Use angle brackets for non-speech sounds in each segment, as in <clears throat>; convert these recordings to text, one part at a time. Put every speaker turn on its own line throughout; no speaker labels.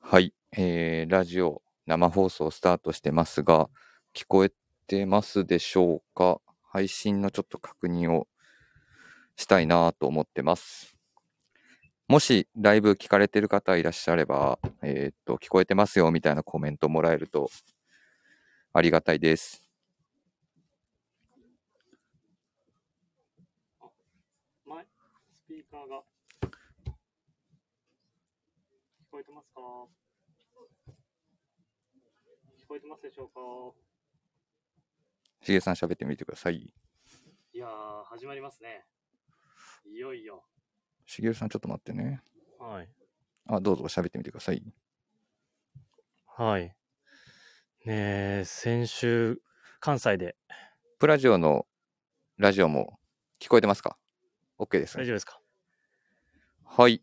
はい、えー、ラジオ生放送スタートしてますが、聞こえてますでしょうか配信のちょっと確認をしたいなと思ってます。もしライブ聞かれてる方いらっしゃれば、えー、っと、聞こえてますよみたいなコメントもらえるとありがたいです。
前スピーカーが聞こえてますか聞こえてますでしょうか
しげさん喋ってみてください。
いやー、始まりますね。いよいよ。
しげるさんちょっと待ってね。
はい。
あ、どうぞ喋ってみてください。
はい。ねえ、先週、関西で。
プラジオのラジオも聞こえてますか ?OK です、
ね、大丈夫ですか
はい。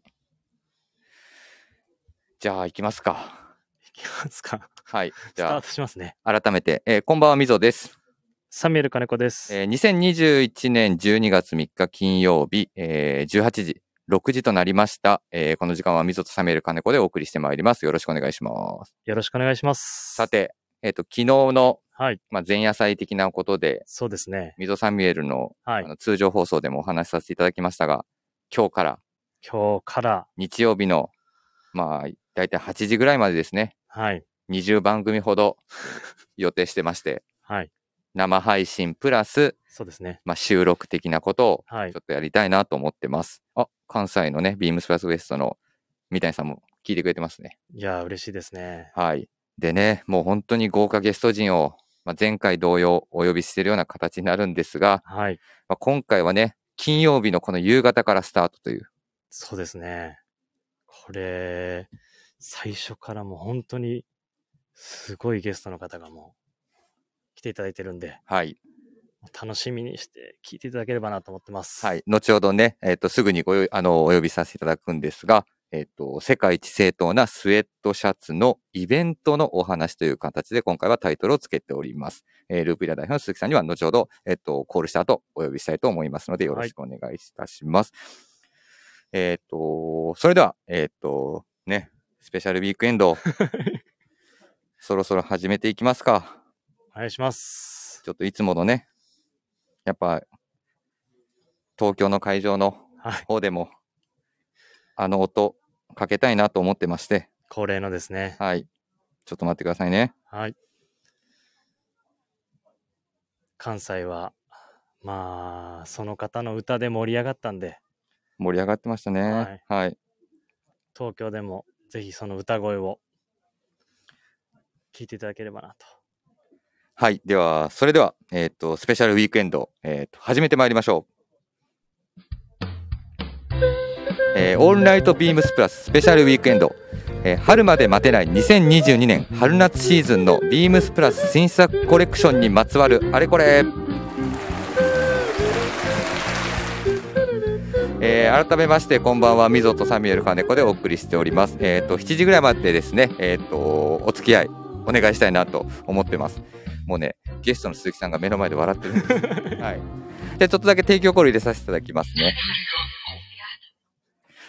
じゃあ、行きますか。
行きますか。
はい。
じゃあ、スタートしますね。
改めて、えー、こんばんは、みぞです。
サミュエル金子です。
えー、2021年12月3日金曜日、えー、18時、6時となりました。えー、この時間はみぞとサミュエル金子でお送りしてまいります。よろしくお願いします。
よろしくお願いします。
さて、えっ、ー、と、昨日の、
はい
まあ、前夜祭的なことで、
そうですね。
溝サミュエルの,、
はい、
あの通常放送でもお話しさせていただきましたが、今日から、
今日から、
日曜日の、まあ、だいたい8時ぐらいまでですね、
はい。
20番組ほど予定してまして、
はい。
生配信プラス、
そうですね。
まあ、収録的なことを、
はい。
ちょっとやりたいなと思ってます。はい、あ、関西のね、ビームスプラスウエストの三谷さんも聞いてくれてますね。
いや、嬉しいですね。
はい。でね、もう本当に豪華ゲスト陣を、まあ、前回同様お呼びしているような形になるんですが、
はい、
まあ、今回はね、金曜日のこの夕方からスタートという。
そうですね。これ、最初からもう本当にすごいゲストの方がもう来ていただいてるんで、
はい。
楽しみにして聞いていただければなと思ってます。
はい。後ほどね、えっ、ー、と、すぐにごよあのお呼びさせていただくんですが、えっ、ー、と、世界一正当なスウェットシャツのイベントのお話という形で今回はタイトルをつけております。えー、ループイラ代表の鈴木さんには後ほど、えっ、ー、と、コールした後お呼びしたいと思いますのでよろしくお願いいたします。はい、えっ、と、それでは、えっ、と、ね、スペシャルウィークエン
<laughs>
ド、そろそろ始めていきますか。
お願いします。
ちょっといつものね、やっぱ、東京の会場の方でも、はい、あの音、かけたいなと思ってまして。
恒例のですね。
はい。ちょっと待ってくださいね。
はい。関西は、まあ、その方の歌で盛り上がったんで。
盛り上がってましたね。はい。はい、
東京でも、ぜひその歌声を、聞いていただければなと。
はい。では、それでは、えっ、ー、と、スペシャルウィークエンド、えっ、ー、と、始めてまいりましょう。えー、オールナイトビームスプラススペシャルウィークエンド、えー、春まで待てない2022年春夏シーズンのビームスプラス新作コレクションにまつわるあれこれ、えー、改めましてこんばんはみぞとサミュエル金子でお送りしておりますえっ、ー、と7時ぐらいまでですねえっ、ー、とお付き合いお願いしたいなと思ってますもうねゲストの鈴木さんが目の前で笑ってるんですはいじゃあちょっとだけ提供コール入れさせていただきますね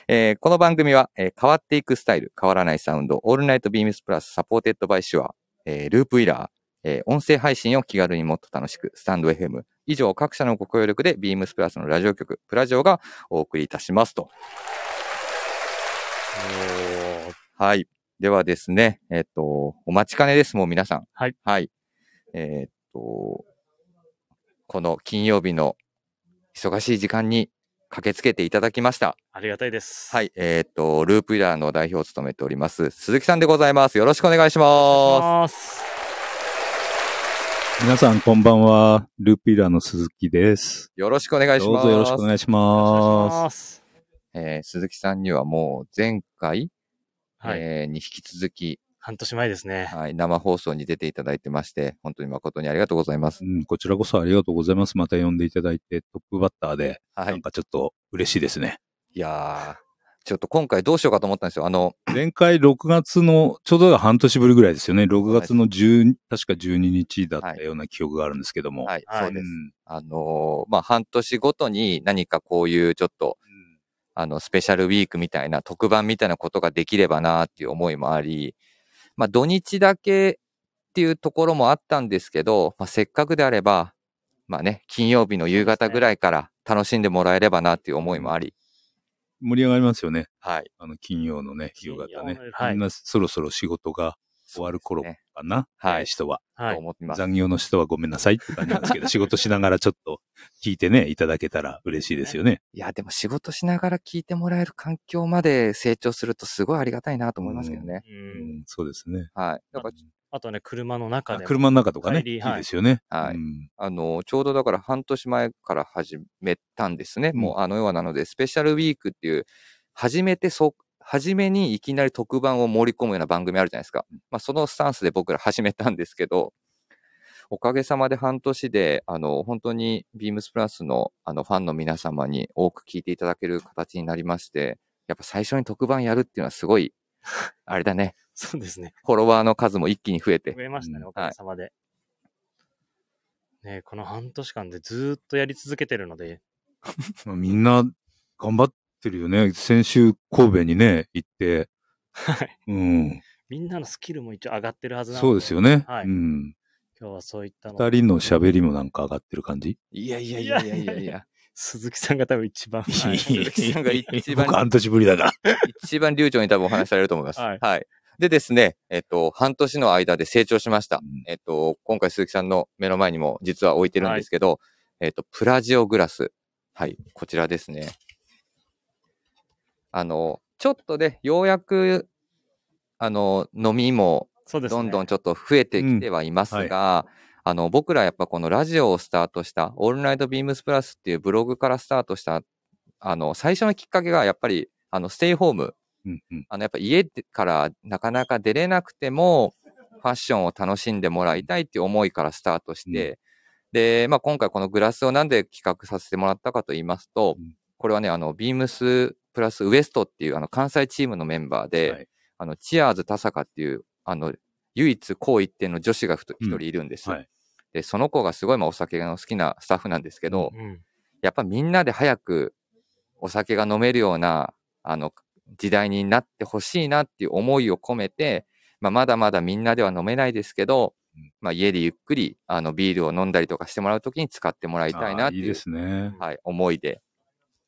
えー、この番組は、えー、変わっていくスタイル、変わらないサウンド、オールナイトビームスプラスサポーテッドバイシュア、えー、ループイラー、え音声配信を気軽にもっと楽しく、スタンド FM、以上各社のご協力でビームスプラスのラジオ局、プラジオがお送りいたしますと。はい。ではですね、えっ、と、お待ちかねです、もう皆さん。
はい。
はい。えっと、この金曜日の忙しい時間に駆けつけていただきました。
ありがたいです。
はい。えっ、ー、と、ループイラーの代表を務めております、鈴木さんでございます。よろしくお願いします。
皆さん、こんばんは。ループイラーの鈴木です。
よろしくお願いします。
どうぞよろしくお願いします。ます
えー、鈴木さんにはもう前回、はい、えー、に引き続き、
半年前ですね。
はい。生放送に出ていただいてまして、本当に誠にありがとうございます。
うん、こちらこそありがとうございます。また呼んでいただいて、トップバッターで、はい、なんかちょっと嬉しいですね。
いやー、ちょっと今回どうしようかと思ったんですよ。あの、
前回6月の、ちょうど半年ぶりぐらいですよね。6月の10、確か12日だったような記憶があるんですけども。
はい、はいはい、そうです。うん、あのー、まあ、半年ごとに何かこういうちょっと、あの、スペシャルウィークみたいな特番みたいなことができればなっていう思いもあり、まあ土日だけっていうところもあったんですけど、まあせっかくであれば、まあね、金曜日の夕方ぐらいから楽しんでもらえればなっていう思いもあり、
盛り上がりますよね。
はい。
あの、金曜のね、夕方ね
金曜の。はい
みんなそろそろ仕事が終わる頃かな。
はい
えー人は。
と
はい。
思ってます。
残業の人はごめんなさいって感じなんですけど、仕事しながらちょっと聞いてね、いただけたら嬉しいですよね。
いや、でも仕事しながら聞いてもらえる環境まで成長するとすごいありがたいなと思いますけどね。
う。
うんん、そうですね。
はい。だから、
あとはね、車の中
あ
でも。
車の中とかね、
帰り
いい
はい
ですよね。
はい
うん
あの、ちょうどだから半年前から始めたんですね。
ん
もうあのようなので、スペシャルウィークっていう、初めてそ、初めにいきなり特番を盛り込むような番組あるじゃないですか。まあ、そのスタンスで僕ら始めたんですけど、おかげさまで半年で、あの、本当にビームスプラスの、あの、ファンの皆様に多く聞いていただける形になりまして、やっぱ最初に特番やるっていうのはすごい、あれだね、
<laughs> そうですね。
フォロワーの数も一気に増えて、
増えましたね、
うん
おかげさまで。ねこの半年間でずーっとやり続けてるので、
まあみんな頑張ってるよね。先週神戸にね、行って。
はい
うん。
みんなのスキルも一応上がってるはずなので、
そうですよね。
はい
うん。
今日はそういったの
二人の喋りもなんか上がってる感じ。
いやいやいやいやいやい
い
や、
鈴木さんが多分一番。
<laughs>
はい
鈴木さんが一番
僕半年ぶりだから。
一番流暢に多分お話しされると思います。は
はいい。
でですね、えっと、半年の間で成長しました。
うん
えっと、今回鈴木さんの目の前にも実は置いてるんですけど、えっと、プラジオグラス。はい、こちらですね。あの、ちょっとね、ようやく、あの、飲みも
そうですね。
どんどんちょっと増えてきてはいますが、
うん
あの僕らやっぱこのラジオをスタートした、オールナイトビームスプラスっていうブログからスタートした、あの最初のきっかけがやっぱりあのステイホーム、
うんうん。
あのやっぱ家からなかなか出れなくても、ファッションを楽しんでもらいたいっていう思いからスタートして、で、まあ、今回このグラスをなんで企画させてもらったかと言いますと、
うん
これはね、あの、ビームスプラスウエストっていうあの関西チームのメンバーで、
はい
あの、チアーズ田坂っていう、あの、唯一高一点の女子がふと一人いるんですよ、
はい。
で、その子がすごいまあお酒が好きなスタッフなんですけど、
うん。
やっぱみんなで早くお酒が飲めるような、あの、時代になってほしいなっていう思いを込めて、まあ、まだまだみんなでは飲めないですけど
うん、
まあ、家でゆっくり、あの、ビールを飲んだりとかしてもらうときに使ってもらいたいな
あ
っ
ー
て
いい
いう、
ですね。
はい、思いで。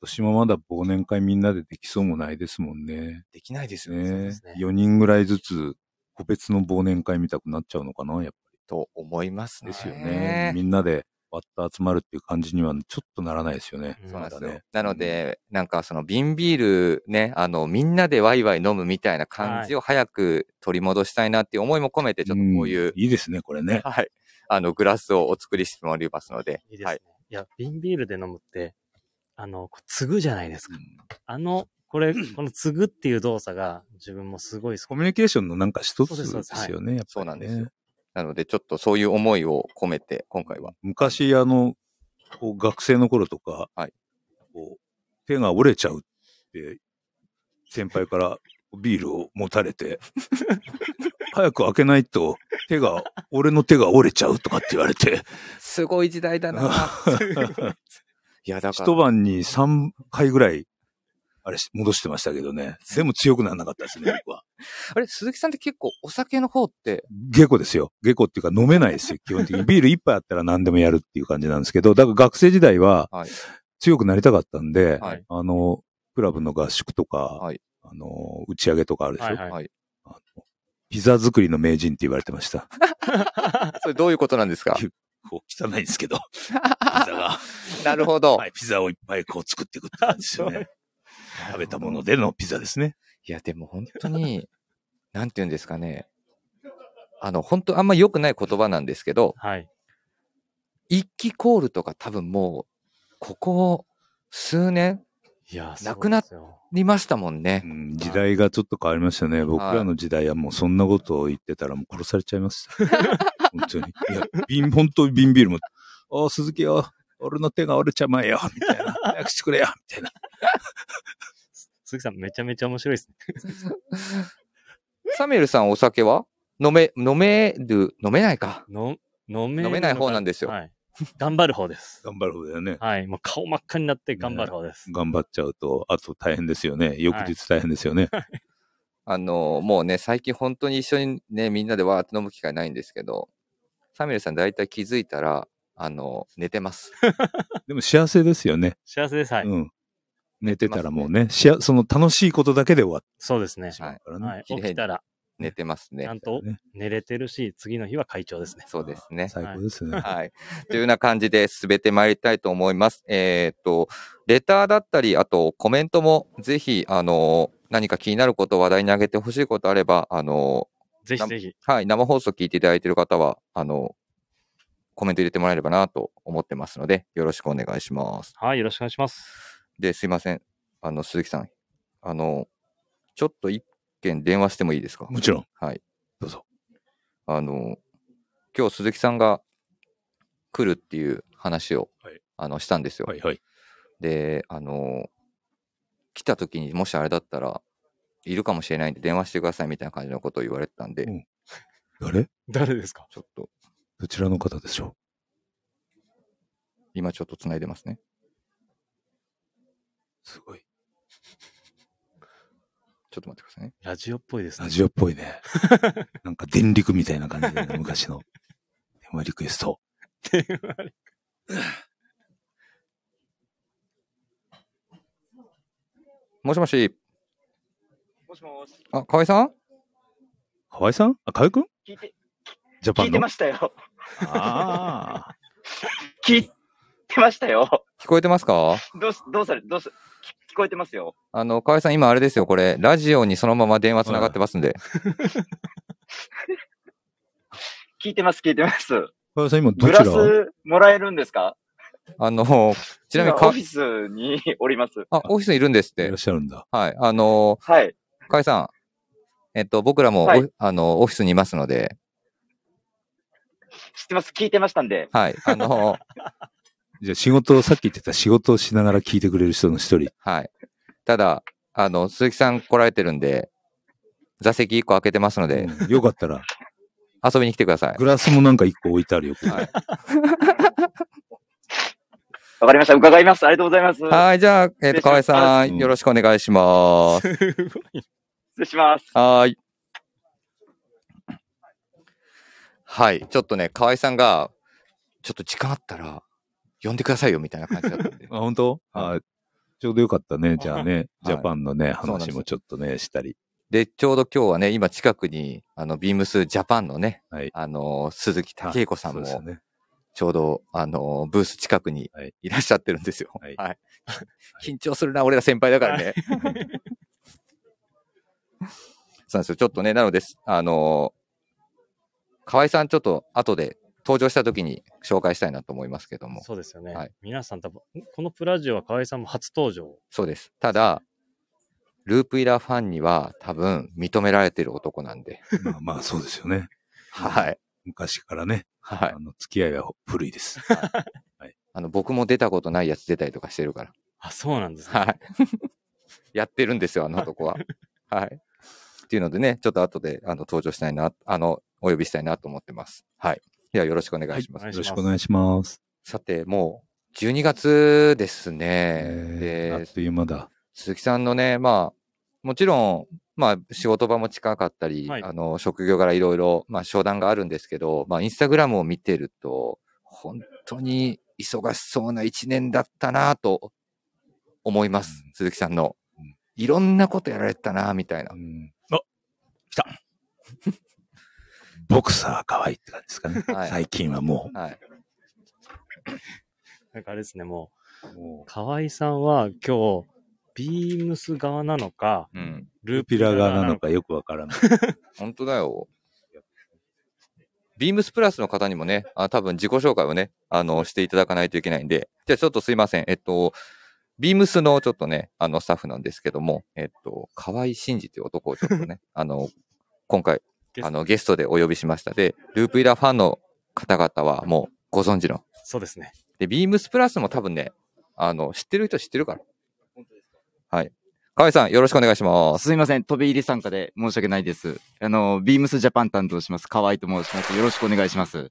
私もまだ忘年会みんなでできそうもないですもんね。
できないです
そう
ね
ですね
4人ぐらいずつ、個別の忘年会見たくなっちゃうのかな、やっ
と思います
ぱ
ね。
ですよね。みんなで割って集まるっていう感じにはちょっとならないですよね。
うん
そうなんです
ま
よ
だね
なので、なんかその瓶ビールね、あの、みんなでワイワイ飲むみたいな感じを早く取り戻したいなっていう思いも込めて、ちょっとこういう、
んいいですね、これね。
<laughs> はい、あの、グラスをお作りしてもらいますので、
いいですね。
はい
い、や、瓶ビールで飲むって、あの、こう継ぐじゃないですか。あの、こ
<clears throat>
れ、この継ぐっていう動作が自分もすごい好き
コミュニケーションのなんか一つ
そうですそう
で
です
すよね、やっぱりね
そうなんですよ。なので、ちょっとそういう思いを込めて、今回は。
昔、あの、こう学生の頃とか、
はい
こう手が折れちゃうって、先輩から <laughs> ビールを持たれて、 <laughs> 早く開けないと手が、俺の手が折れちゃうとかって言われて、
すごい時代だな。 <laughs> いや、だから。
一晩に3回ぐらい、あれし、戻してましたけどね。でも強くならなかったですね、僕は。
あれ、鈴木さんって結構お酒の方って、
下戸ですよ。下戸っていうか飲めないですよ、基本的
<laughs>
に。ビール一杯あったら何でもやるっていう感じなんですけど、だから学生時代は
はい
強くなりたかったんで、
はい
あの、クラブの合宿とか、
はい
あの、打ち上げとかあるでし
は
ょ、
いはい
はい
あのピザ作りの名人って言われて
<laughs>
ました。
それどういうことなんです <laughs> か
こう汚いんで
<laughs>
すけど、ピザが、
なるほど。
はい、ピザをいっぱいこう作っていくって感じです
<laughs>
よね。食べたものでのピザですね。
いや、でも本当に、なんて言うんですかね。あの、本当あんま良くない言葉なんですけど、
はい。
一気コールとか多分もう、ここ数年
いや、
なくなっ
そうですよ
ありましたもん
う
ね。
ん時代がちょっと変わりましたね。僕らの時代はもうそんなことを言ってたらもう殺されちゃいます。
<laughs>
本当に。いや、瓶、本当に瓶ビールも、ああ、鈴木よ、俺の手が折れちゃまえよ、みたいな。早くしてくれよ、みたい
<laughs>
な。
鈴木さん、めちゃめちゃ面白いですね。
サミュエルさんお酒は飲め、飲める、飲めないか。
の飲めるのか
飲めない方なんですよ
はい。頑張る方です。
頑張る方だよね。
はい。もう顔真っ赤になって頑張る方です。
頑張っちゃうと、あと大変ですよね。翌日大変ですよね。
あの、もうね、最近本当に一緒にね、みんなでわーって飲む機会ないんですけど、サミュエルさん大体気づいたら、あの、寝て
<laughs>
ます。
でも幸せですよね。
幸せです。はい。
うん。寝てたらもうね、しあその楽しいことだけで終わって
そうですね
し。まうからね。
はい。
綺麗
起
に
きたら、
寝てます
ち
ね
ゃ。んと
ね
寝れてるし、次の日は会長ですね。
そうですね。
最高ですね。
はい。というような感じで進めてまいりたいと思います。えーっと、レターだったり、あとコメントもぜひ、あの、何か気になること、話題に上げてほしいことあれば、あの、
ぜひぜひ。
はい、生放送聞いていただいている方は、あの、コメント入れてもらえればなと思ってますので、よろしくお願いします。
はい。よろしくお願いします。
で、すいません。あの、鈴木さん。あの、ちょっと一件電話してもいいですか
もちろん。
はい。
どうぞ。
あの、今日鈴木さんが来るっていう話を、
はい
あの、したんですよ。
はいはい。
で、あの、来た時にもしあれだったら、いるかもしれないんで電話してくださいみたいな感じのことを言われてたんで、
うんあれ
誰ですか
ちょっと、
どちらの方でしょ
今ちょっと繋いでますね。
うすごい。
ちょっと待ってくださいね。
ラジオっぽいです
ラ
ね。
ジオっぽ
<laughs>
いね。なんか電力みたいな感じだね、昔の。電話リクエスト。
もしもし、
もしもし、
あ、河合さん
河合さんあ、河合くん
聞いて、
ジャパ
聞
ン
いて
の
ま。したよ。
ああ。
聞いてましたよ。
聞こえてますか
どうす、どうされ、どうす、聞聞こえてますよ。
あの、河合さん、今あれですよ、これ、ラジオにそのまま電話つながってますんで。
聞いてます、聞いてます。
河合さん今ど
グ
ち
ラ
ら
スもらえるんですか
あの、ちなみ
今
に
オ
か
フ、ィスにおります。
あ、オフィスにいるんですっ
い
て
らっ。しゃるんだ。
はい。あの、
はい。
河合さん、えっと、僕らも、
はい
おあの、オフィスにいますので、
知ってます、聞いてましたんで。
はい。あの、
じゃあ仕事を、さっき言ってた仕事をしながら聞いてくれる人の
<laughs>
一人。
はい。ただ、あの、鈴木さん来られてるんで、座席1個開けてますので、
うんよかったら、
遊びに来てください。
グラスもなんか一個置いて
<laughs>
あるよ。 <laughs>
はい
わかりました、伺います。ありがとうございます。失
はい、じゃあ、えっと、河合さ
うん。
ん、よろしくお願いします。
礼します。
はーい。はい。ちょっとね、河合さんが、ちょっと時間あったら、呼んでくださいよ、みたいな感じだったんで
<laughs> あ、本当あちょうどよかったね。じゃあね、
い
ジャパンのね、
そうなんです
話もちょっとね、したり。
で、ちょうど今日はね、今近くに、あの、ビームスジャパンのね、
はい
あの、鈴木武彦さん
そうですよ
も、
ね。
ちょうど、あの、ブース近くに
はい
いらっしゃってるんですよ。
は
はいい。緊張するな、俺ら先輩だからね。そうなんですよ。ちょっとね、なのです。あの河合さん、ちょっと後で登場した時に紹介したいなと思いますけども。
<laughs> そうですよね。
はい
皆さん多分、このプラジオは河合さんも初登場。
そうです。ただ、ループイラーファンには多分認められてる男なんで。
まあまあ、そうですよね。
はい。
昔からね、
はい
あ。の付き合いは古いです。
あの、僕も出たことないやつ出たりとかしてるから。
あ、そうなんですね。
はい。 <laughs> やってるんですよ、あの男は。はい。っていうのでね、ちょっと後であの登場したいな、あの、お呼びしたいなと思ってます。はい。ではよろしくお願いします。
はい
よろしくお願いします。
さて、もう12月ですね。
えーあ
で
っ、という間だ。
鈴木さんのね、まあ、もちろん、まあ、仕事場も近かったり、
はい
あの、職業からいろいろ、まあ、商談があるんですけど、まあ、インスタグラムを見てると、本当に忙しそうな一年だったなと思います。
うん
鈴木さんの
うん。
いろんなことやられてたなみたいな
う。ん、あ来たボクサー可愛いって感じですかね。
はい
最近はも
はい。
なんかあれですね、も
う。も
う、河合さんは今日、ビームス側なのか、
うん。
ルー
うピ
ピ
ラ
ラ側
側な
な
の
のか。
かよくわからない。
本当だよ。ビームスプラスの方にもね、あ多分自己紹介をね、あの、していただかないといけないんで、じゃあちょっとすいません。えっと、ビームスのちょっとね、あの、スタッフなんですけども、えっと、河合真二という男をちょっとね、あの、今回、
ゲスト
あの、ゲストでお呼びしました。で、ループイラーファンの方々はもうご存知の。
そうですね。
で、ビームスプラスも多分ね、あの、知ってる人知ってるから。はい。河合さん、よろしくお願いします。
すいません。飛び入り参加で申し訳ないです。あの、ビームスジャパン担当します。河合と申します。よろしくお願いします。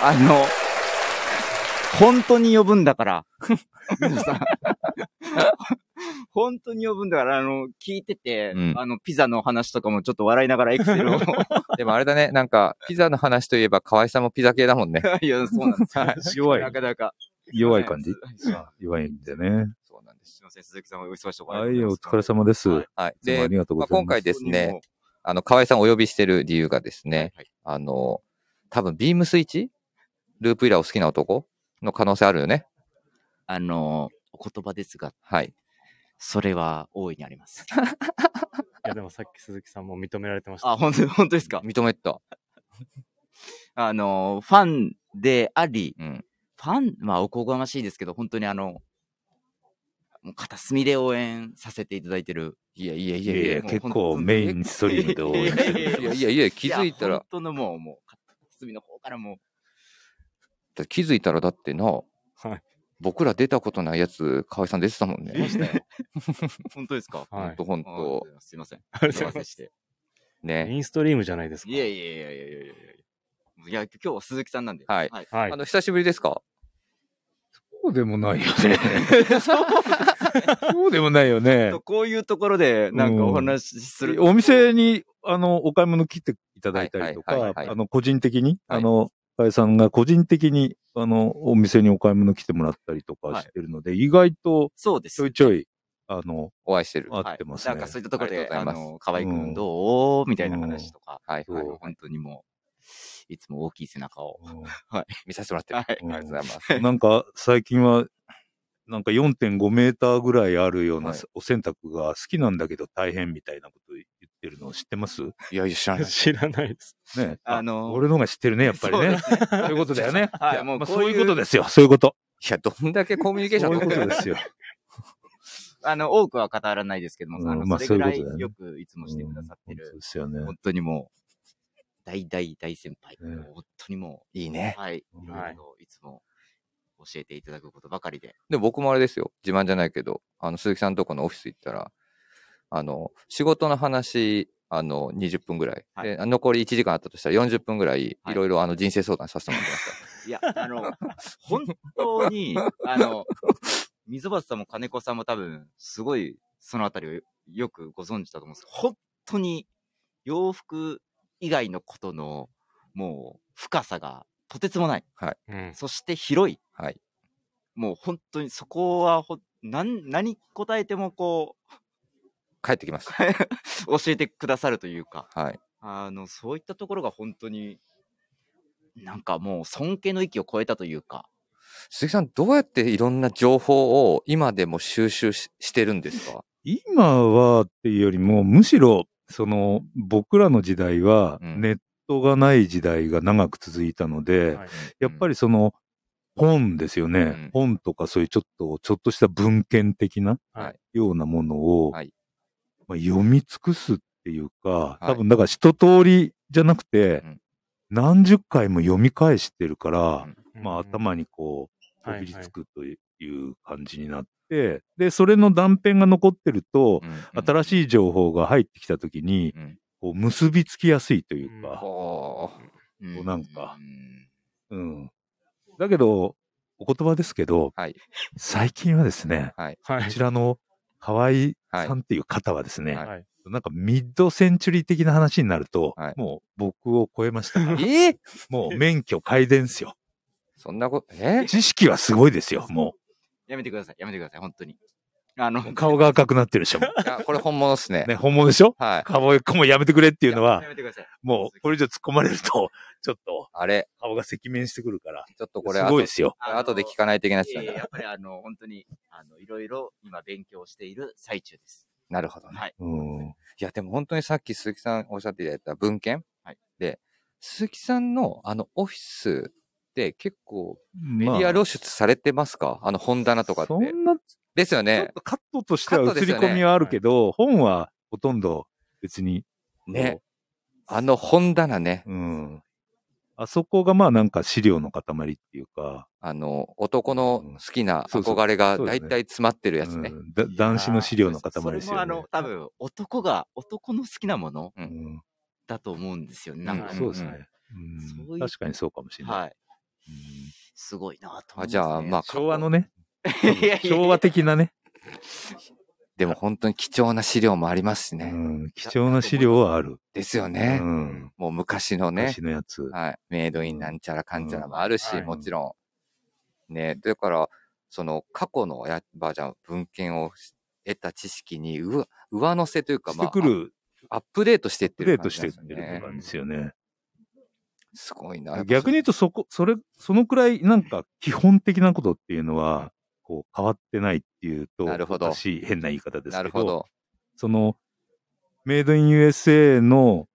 あの、本当に呼ぶんだから。皆さん。 <laughs> 本当に呼ぶんだから、あの、聞いてて、
うん
あの、ピザの話とかもちょっと笑いながらエクセル <laughs> を。
でもあれだね、なんか、ピザの話といえば、河合さんもピザ系だも
<laughs>
んね。
いや、そうなんですよ
はい
弱い
なかなか。
弱い感じ
すません
あ弱いんでね。
そうなんです。すいません、鈴木さんお忙しいところあ
は
り
い、
がとう
お
ございます
疲れ様です。
はい
はい。
いつもあ
で、
りがとうご
まあ、
ざい
今
ます。
回ですね、。あの、河合さんお呼びしてる理由がですね、
はい
あの、多分、ビームスイッチループイラーを好きな男の可能性あるよね。
あの、お言葉ですが、
はい。
それは大いにあります。
いや、でもさっき鈴木さんも認められてました。
<laughs> あ、本当本当ですか。
認めた。
あの、ファンであり、
うん。
ファン、まあ、おこがましいですけど、本当にあの、もう片隅で応援させていただいてる。
いやいやい
い
や
やい
いや
や、
もう
結
本
構
当
メインストリームで応援してる。
いやいやいや、気づいた
や
ら
本、当のもう、もう、片隅の方からもう、
だって気づいたらだってな、
はい
僕ら出たことないやつ、河合さん出てたもん
出ま
ね。
し
<laughs>
たよ。本当ですか
ほ
は
ん
い
とほん
ありがとう
と
ござ。いますすいません。
ありが
すい
とう
ま
ござい
せん
ま
して。
す。メ
ね。
インストリームじゃないですか。
いやいやいやいやいやいやいやいや。いや、今日は鈴木さんなんで。
はい
はい。
はい
あ。の、久しぶりですか
<laughs> そうでもないよね。 <laughs> そうでもないよね
と。こういうところで、なんかお話しする。
お店に、あの、お買い物来ていただいた
は
りと
いはい
か、
はいはい
あの、個人的に、
はい
あの、かえさんが個人的に、あの、お店にお買い物来てもらったりとかしてるので、意外と
そうです
ちょ。いちょい、あの、
お会いしてる。
合ってます
はい。なん
ね
か。そういったところ
ありが
で、
とう
あ
ございます
の、河合くんどうみたいな話とか、
はい
うん
あ
はい。
の本当にもう、いつも大きい背中を。
見させてもらってる。
はい。
ありがとうございます。
なんか、最近は、なんか4.5メーターぐらいあるような
はい
お洗濯が好きなんだけど大変みたいなこと言ってるのを知ってます
いやいや、知らない。
知らないです。
ね。
あの
俺の方が知ってるね、やっぱりね。
そうで
<laughs>
す
そういうことだよね。
はい
いや
もう
まあ
こう
そう
いう
いうことですよ。そういうこと。
いや、どんだけコミュニケーシ
そ
ョ
うい
ン
うこと
取って
ですよ。
あの、多くは語らないですけども、
うん
あの
まあ
それぐら
そうい
いう
ことだよね
よくいつもしてくださって
うん本当
る、
ですよね。
本当にもう、大大大先輩。
うん
もう本当にも、
いいうね。
はい。い
うん
ろいろといつも教えていただくことばかりで。
で、僕もあれですよ。自慢じゃないけど、あの、鈴木さんのとこのオフィス行ったら、あの、仕事の話、あの、20分ぐらい。
はい
で、残り1時間あったとしたら40分ぐらい、
はい
いろいろあの、人生相談させてもらってました。
いや、あの、本当に、あの、溝端さんも金子さんも多分、すごい、そのあたりをよよくご存知だと思うんですけど、本当に、洋服以外のことの、もう、深さが、とてつもない。
うん。
そして広い。
はい。
もう本当に、そこはほん、なん、何答えてもこ
帰ってきます。
う、教えてくださるというか、
はい。
あの、そういったところが本当に、なんかもう尊敬の域を超えたというか、
鈴木さん、どうやっていろんな情報を今でも収集ししてるんですか
今はっていうよりも、むしろ、その、僕らの時代は、
うん
ネットがない時代が長く続いたので、
はい
やっぱりその、本ですよね、
うん
本とかそういうちょっと、ちょっとした文献的な
はい
ようなものを、
はい
まあ、読み尽くすっていうか、
い
多分だから一通りじゃなくて、
うん
何十回も読み返してるから、ま
う
あ
ん
頭にこう、
はい
こびりつくという感じになって、で、それの断片が残ってると、新
い。
しい情報が入ってきた時に、
うん
こう結びつきやすいというか、
ほ
う
なんか
うん
うん。だけど、お言葉ですけど、
はい
最近はですね、
は
こ
い
ち。らの河合さんっていう方はですね、
はい
はい
なんかミッドセンチュリー的な話になると、
はい
もう僕を超えましたか
う <laughs>
ら。
えー
もう免許改善ですよ。
そんなこと、え
知識はすごいですよ、も
やめてください、やめてください、本当に。あの
う。、顔が赤くなってるでしょ。も
いやこれ本物っすね
<laughs> う。ね、本物でしょ
はい。
河合くんもやめてくれっていうのは
<laughs> や、めてください。
もうこれ以上突っ込まれると、 <laughs> ちょっと
あれ、
顔が赤面してくるから、
ちょっとこれ
す
後
ごい
で、
ですよ。
あの
後で聞かないといけない
い
やつ
やい
だ
や
な。
やっぱりあの、本当に、あの、いろいろ今勉強している最中です。
なるほどね。
はい。
うん。
いや、でも本当にさっき鈴木さんおっしゃっていただいた文献
はい
で、鈴木さんのあのオフィスって結構メ
メ
ディア露出されてますかあの本棚とかって
そ。んな
ですよ
ちょっ
ね。
とカットとしては
カットで
映
す
り
よね
込みはあるけど、本はほとんど別に。
ね。あの本棚ね。
うん。あそこがまあなんか資料の塊っていうか、
あの、男の
うん
好きな
そうそう
憧れが
そうだ
大
ね
体詰まってるやつね
う。んだ男子の資料の塊です
それ
よ
もあ
ね
の、。多分、男が、男の好きなもの
う
うん
だと思うんですよ
ん
ね。なん
う
か
ん
ね
そうですね。
うん
うん
そういう
確かにそうかもしれない。
はい。
うん
すごいなと思います、ね。
あじゃあ、まあ、
昭和のね、
いやいや <laughs>
昭和的なね、
でも本当に貴重な資料もありますし
う
<laughs> ね。
ん、貴重な資料はある。
ですよ
う
ね。
ん、
もう昔のね、
昔のやつ。
はい、メイドインなんちゃらかんちゃらもあるし、
うんはい
もちろん。ね、だから、その過去のやっぱじゃあ文献を得た知識に上上乗せというか、
してくる、
あアップデートしてっ
プ
て
レ
る
ート
感じ
し
で
てっ
すよ
てる
ね
ん。ですよね。
すごいな。
逆に言うと、そこ、それ、そのくらい、なんか、基本的なことっていうのは、こう、変わってないっていうと、
なるほど
おかしい変な言い方です
な
け
る
ど、
ほど。
その、メイドイン USA の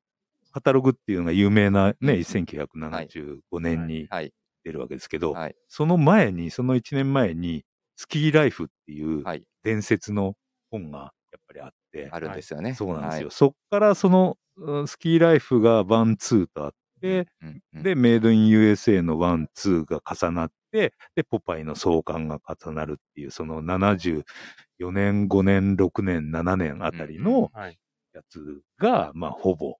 カタログっていうのが有名なね、
うん
1975年に
はい。
出るわけですけど、
はい
その前に、その1年前に、スキーライフっていう
はい
伝説の本がやっぱりあって、
あるんですよね。
そうなんですよ。
は
そっからその、うんスキーライフがワンツーとあって、
い。うんうん
で、メイドイン USA のワンツーが重なって、で、ポパイの創刊が重なるっていう、その74年、5年、6年、7年あたりの、
はい。
やつが、まあ、ほぼ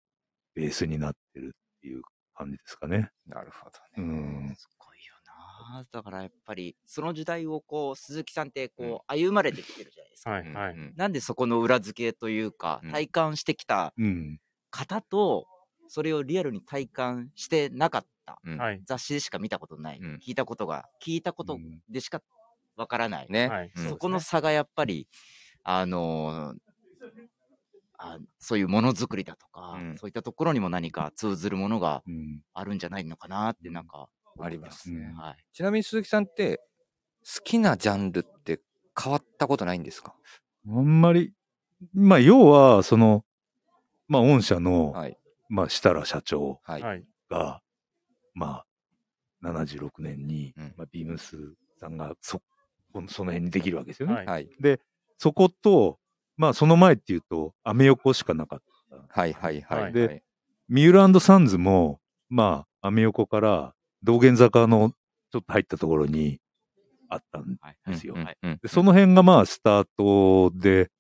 ベースになってるっていう感じですかね。
なるほど
う
ね。
ん。
すごいよなだからやっぱり、その時代をこう、鈴木さんってこう、歩まれてきてるじゃないですか。
は
う
い。
ん
はい。
うん
なんでそこの裏付けというか
うん、
体感してきた
うん。
方と、それをリアルに体感してなかった。
うん
はい。
雑誌でしか見たことない。
うん
聞いたことが、聞いたこと
うん
でしかわからない。
ね、
はい
うん
そう
そこの差がやっぱり、あのーあそういうものづくりだとか、
うん
そういったところにも何か通ずるものが
うん。
あるんじゃないのかなって、なんか、
あります
ね
はい。
ちなみに鈴木さんって、好きなジャンルって変わったことないんですか
あんまり、まあ、要は、その、まあ、御社の、
はい。
まあ、設楽社長
はい。
はい。
が、まあ、76年に、
うん
まあ、ビームスさんが、そ、このその辺にできるわけですよね。
はい
はい。
そこと、まあ、その前っていうと、アメ横しかなかった。
はい。はい。はい。
で
はい、
三浦サンズも、まあ、アメ横から、道玄坂のちょっと入ったところにあったん
はい。
うん
ですよ
うんうん
で、その辺がまあスタートで、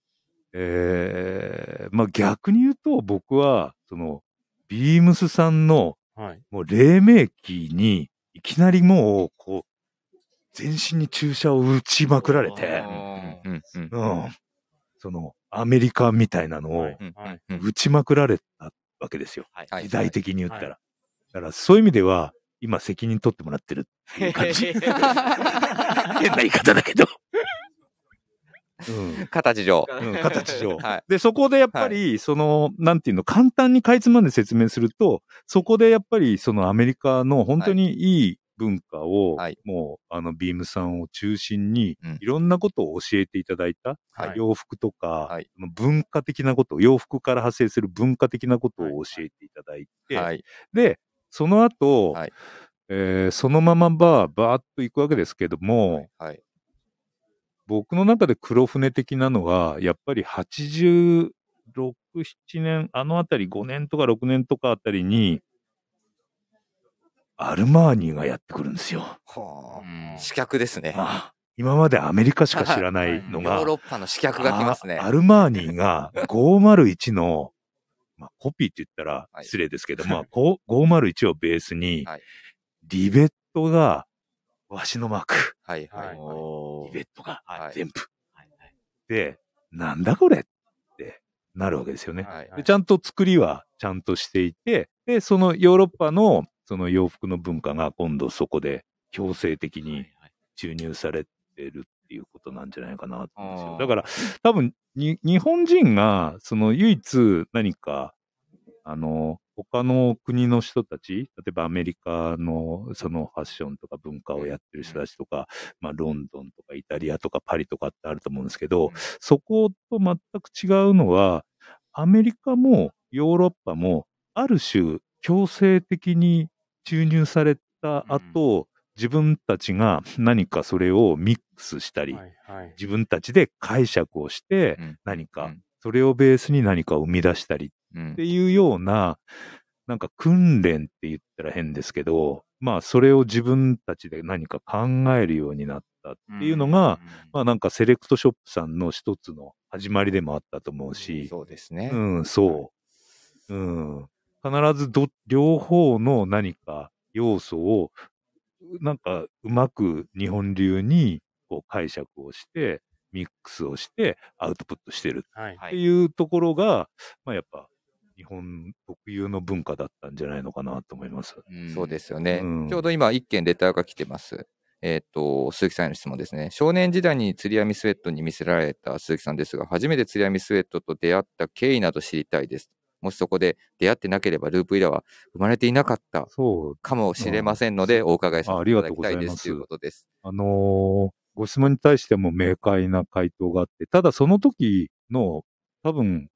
えー、まあ逆に言うと僕は、その、ビームスさんの
はい。
もう黎明期に、いきなりもう、こう、全身に注射を打ちまくられて
あ、
うんうんうん
うん。その、アメリカみたいなの
は
を
い。はい。
うん
打ちまくられたわけですよ。
はい。
はい
時代的に言ったら。
は
だからそういう意味では、今責任取ってもらってるっていう感
<laughs>
じ。変な言い方だけど。うん。
形上。
うん、形上。
はい
で、そこでやっぱり、その、なんていうの、簡単にかいつまんで説明すると、そこでやっぱり、そのアメリカの本当にいい文化を、
はい
もう、あの、ビームさんを中心に
うん、
いろんなことを教えていただいた、
はい
洋服とか、
はい
その文化的なこと、洋服から派生する文化的なことを教えていただいて、
はい。
で、その後、
はい
えーそのままバー、バーっと行くわけですけども、
はい。
僕の中で黒船的なのは、やっぱり86、7年、あのあたり5年とか6年とかあたりに、アルマーニがやってくるんですよ。
はあ。
うん
死脚ですね。
まあ、今までアメリカしか知らないの
ヨ
が、
ーロッパの死脚が来ますね
あ。アルマーニが501の、まあ、コピーって言ったら
はい
失礼ですけど、まあ、こう501をベースに
はい、
リベットが、わしのマーク、
はい。は。
はい
お
リ
ー
ベットが
はい
全部。
はいはい
で、なんだこれってなるわけですよね。
はい
でちゃんと作りはちゃんとしていて、で、そのヨーロッパのその洋服の文化が今度そこで強制的
は
に
いはい
注入されてるっていうことなんじゃないかなと思うんですよ。
あー
だから多分に日本人がその唯一何かあの他の国の人たち、例えばアメリカのそのファッションとか文化をやってる人たちとか、まあロンドンとかイタリアとかパリとかってあると思うんですけど、そこと全く違うのは、アメリカもヨーロッパも、ある種強制的に注入された後、自分たちが何かそれをミックスしたり、
はい。はい。
自分たちで解釈をして、
うん
何
う
か
ん、
それをベースに何かを生み出したり
うん
っていうような、なんか訓練って言ったら変ですけど、まあそれを自分たちで何か考えるようになったっていうのが、、まあなんかセレクトショップさんの一つの始まりでもあったと思うし、
そうですね
う。ん、そう。うん。必ずど、両方の何か要素をなんか、うまく日本流に、こう、解釈をして、ミックスをして、アウトプットしてる
はい。
は
っ
い
ていうところが、まあやっぱ、日本特有の文化だったんじゃないのかなと思います。
そうですよね。
うん
ちょうど今、一件レターが来てます。えっ、と、鈴木さんへの質問ですね。少年時代に釣り網スウェットに見せられた鈴木さんですが、初めて釣り網スウェットと出会った経緯など知りたいです。もしそこで出会ってなければ、ループイラーは生まれていなかった
そう。
かもしれませんので、お伺いさせていただきたいです
あありがとうございます
ということです。
あのーご質問に対しても明快な回答があって、ただその時の、多分、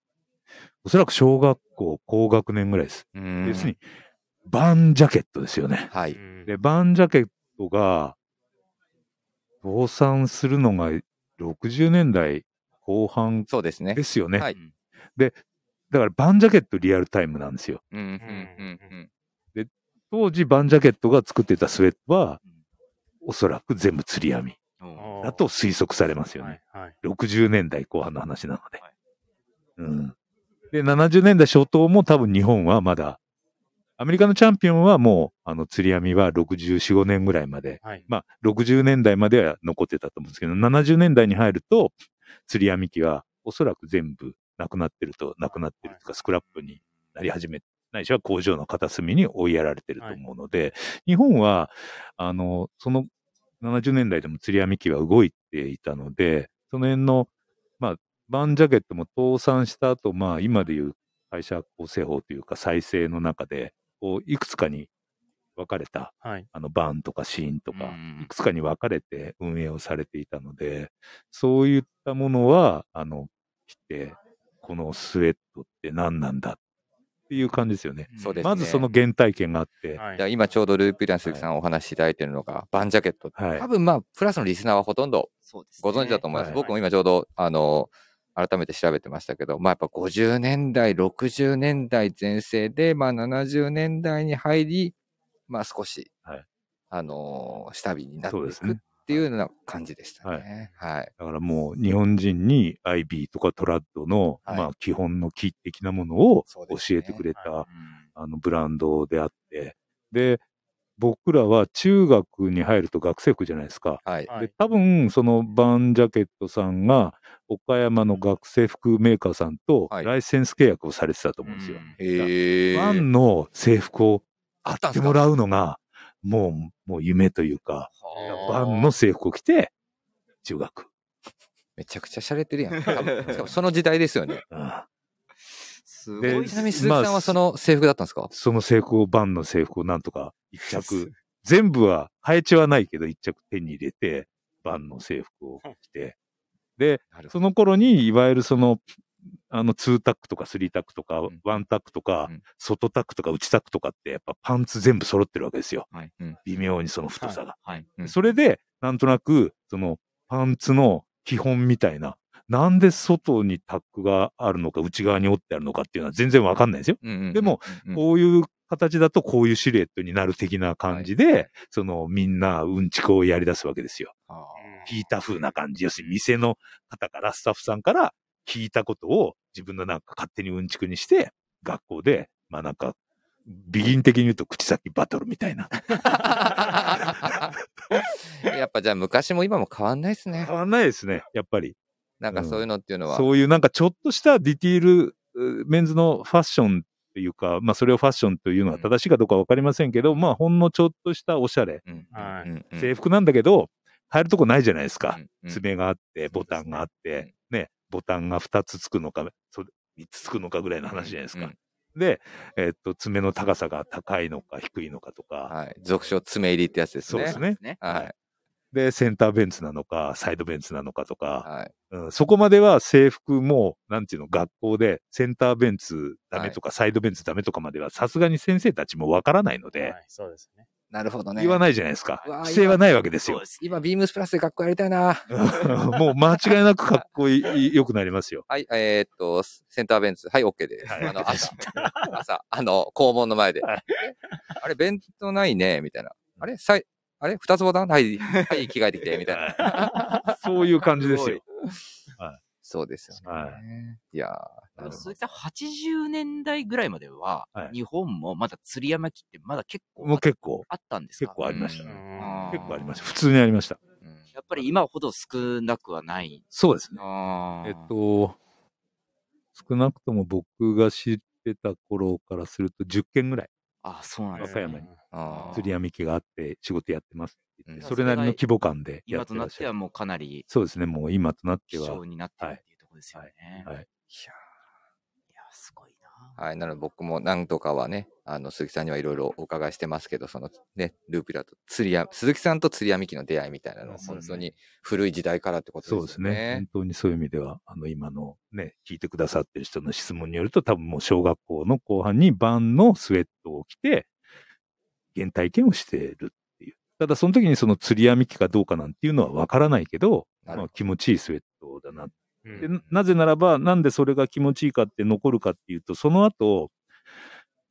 おそらく小学校高学年ぐらいです。
うん
要するに、バンジャケットですよね。
は
う
い。
ん
で、バンジャケットが、倒産するのが60年代後半
そうですね
で。すよね。
はい
だから、バンジャケットリアルタイムなんですよ。
うん、うん、うん、
当時、バンジャケットが作ってたスウェットは
うん、
おそらく全部釣り網
うん
おー
だと推測されますよね。
はい。はい。
60年代後半の話なので
はい。
うん。で、70年代初頭も多分日本はまだ、アメリカのチャンピオンはもう、あの、釣り網は64、5年ぐらいまで、
はい。
まあ、60年代までは残ってたと思うんですけど、70年代に入ると、釣り網機はおそらく全部なくなってると、なくなってるとか、スクラップになり始め、ないしは工場の片隅に追いやられてると思うので、日本は、あの、その70年代でも釣り網機は動いていたので、その辺の、まあ、バンジャケットも倒産した後、まあ、今でいう会社構成法というか再生の中で、こう、いくつかに分かれた
はい。
あの、バーンとかシーンと
う
か、
ん
いくつかに分かれて運営をされていたので、そういったものは、あの、来て、このスウェットって何なんだっていう感じですよね。
そうですね。
まずその原体験があって、
はい
じゃあ今ちょうどループイラーの鈴木さんお話しいただいているのが、バンジャケット。
はい
多。分まあ、プラスのリスナーはほとんど
そうですね
ご存知だと思います。
はい
僕も今ちょうど、あの、改めて調べてましたけど、まあやっぱ50年代、60年代前世で、まあ70年代に入り、まあ少し、
はい
あのー下火になって
そう
い
です
くっ
ね
ていうような感じでしたね。はい。
だからもう日本人に IB とかトラッドの、
はい
まあ基本の木的なものを
そうです
教
ね
えてくれた、
は
うん
あのブランドであって、で、僕らは中学に入ると学生服じゃないですか。
はい。
は
で
い。
多分そのバンジャケットさんが岡山の学生服メーカーさんと
はい
ライセンス契約をされてたと思うんですよ。
うん
へ
バ
ー
ンの制服を
あ
買
ったん
っ
す
て
か
もらうのがもうもう夢というか
はあ
あー
バンの制服を着て中学。
めちゃくちゃ洒落てるやん。多分しかもその時代ですよね。
うん
すご
で
いっ
ち
す
なみ
ね
に鈴木さんはその制服だったんですか
その制服をバンの制服をなんとか一
<laughs>
着全部は変えちはないけど一着手に入れてバンの制服を着てで
なる
そ
ほ
の頃に、いわゆるその、あの、ツータックとかスリータックとか
ん、
ワンタックとか
うん、
外タックとか内タックとかって、やっぱパンツ全部揃ってるわけですよ。
はい
うん
微妙にその太さが。
はい
うん
それで、なんとなく、その、パンツの基本みたいな、なんで外にタックがあるのか、内側に折ってあるのかっていうのは全然わかんないですよ。
ど。うんうん
でも、
うんうん
こういう形だとこういうシルエットになる的な感じ
はい
で、その、みんなうんちくをやり出すわけですよ。
あ
聞いた風な感じ。要するに店の方から、スタッフさんから聞いたことを自分のなんか勝手にうんちくにして、学校で、まあなんか、ビギン的に言うと口先バトルみたいな。
ー <laughs> やっぱじゃあ昔も今も変わんないですね
変。わんないですね、やっぱり。
なんかそういうのっていうのは。
そういうなんかちょっとしたディティール、うメンズのファッションというか、まあそれをファッションというのは正しいかどうかわかりませんけど、まあほんのちょっとしたおしゃれ。
うん
はい
うんうん
制服なんだけど、変えるとこないじゃないですか。
うん
爪があって、ボタンがあっ
です
て、ね、ボタンが2つつくのか、それ3つつくのかぐらいの話じゃないです
う
か
ん。
で、えっと、爪の高さが高いのか低いのかとか、
はい。俗称爪入りってやつですね。
そうですね。
ね。
はい。
で、センターベンツなのか、サイドベンツなのかとか、
はい。
うんそこまでは制服も、なんていうの、学校でセンターベンツダメとか、サイドベンツダメとかまでは、さすがに先生たちもわからないので
は、い。そうです
<laughs>
ね。
なるほどね。
言わないじゃないですか。
うわ
不正はないわけです
そう
よ
で。すね。
今、ビームスプラスで学校やりたいな。
もう間違いなくかっこいい、良くなりますよ。
はい、えーっと、センターベンツ。はい、OK です。
はい
あの、朝、朝、あの、校門の前で。
は
えあれ、ベントないね、みたいな。あれ、さい、あれ、二つボタンはい、はい、着替えてきて、みたいな。
はいそういう感じですよ。
そうですよね。、
はい
やー、なるほ
そういった80年代ぐらいまでは、
はい
日本もまだ釣り山機ってまだ結構
もう結構、
あったんですか
結構ありました
うん
ね。
あー
結構ありました。普通にありました。
どうん
やっぱり今ほど少なくはない。
そうですね。
あー
えっと、少なくとも僕が知ってた頃からすると10件ぐらい
あ、そうなんです
和歌山に
あー
釣り網機があって仕事やってますって言って、
うん
それなりの規模感でや
今
って
と
ら
な
っ
っ
し
て
ゃ
は
る。
もうかなり
そうですね。もう今となって
貴
は
重。になってるっていうところですよね。い
はい
や、すごいな。
はい。なので僕もなんとかはね、あの、鈴木さんにはいろいろお伺いしてますけど、そのね、ループだと釣りや、鈴木さんと釣り網機の出会いみたいなのは
そう
本
です
当
ね
に古い時代からってこと
そう
で
ですす
よ
ね。
ね。
本当にそういう意味では、あの、今のね、聞いてくださってる人の質問によると、多分もう小学校の後半にバンのスウェットを着て、原体験をしているっていう。ただ、その時にその釣り網機かどうかなんていうのはわからないけど、
なる
ま
ほ
あ、
ど
気持ちいいスウェットだなって
う
で
ん
ななぜならば、なんでそれが気持ちいいかって残るかっていうと、その後、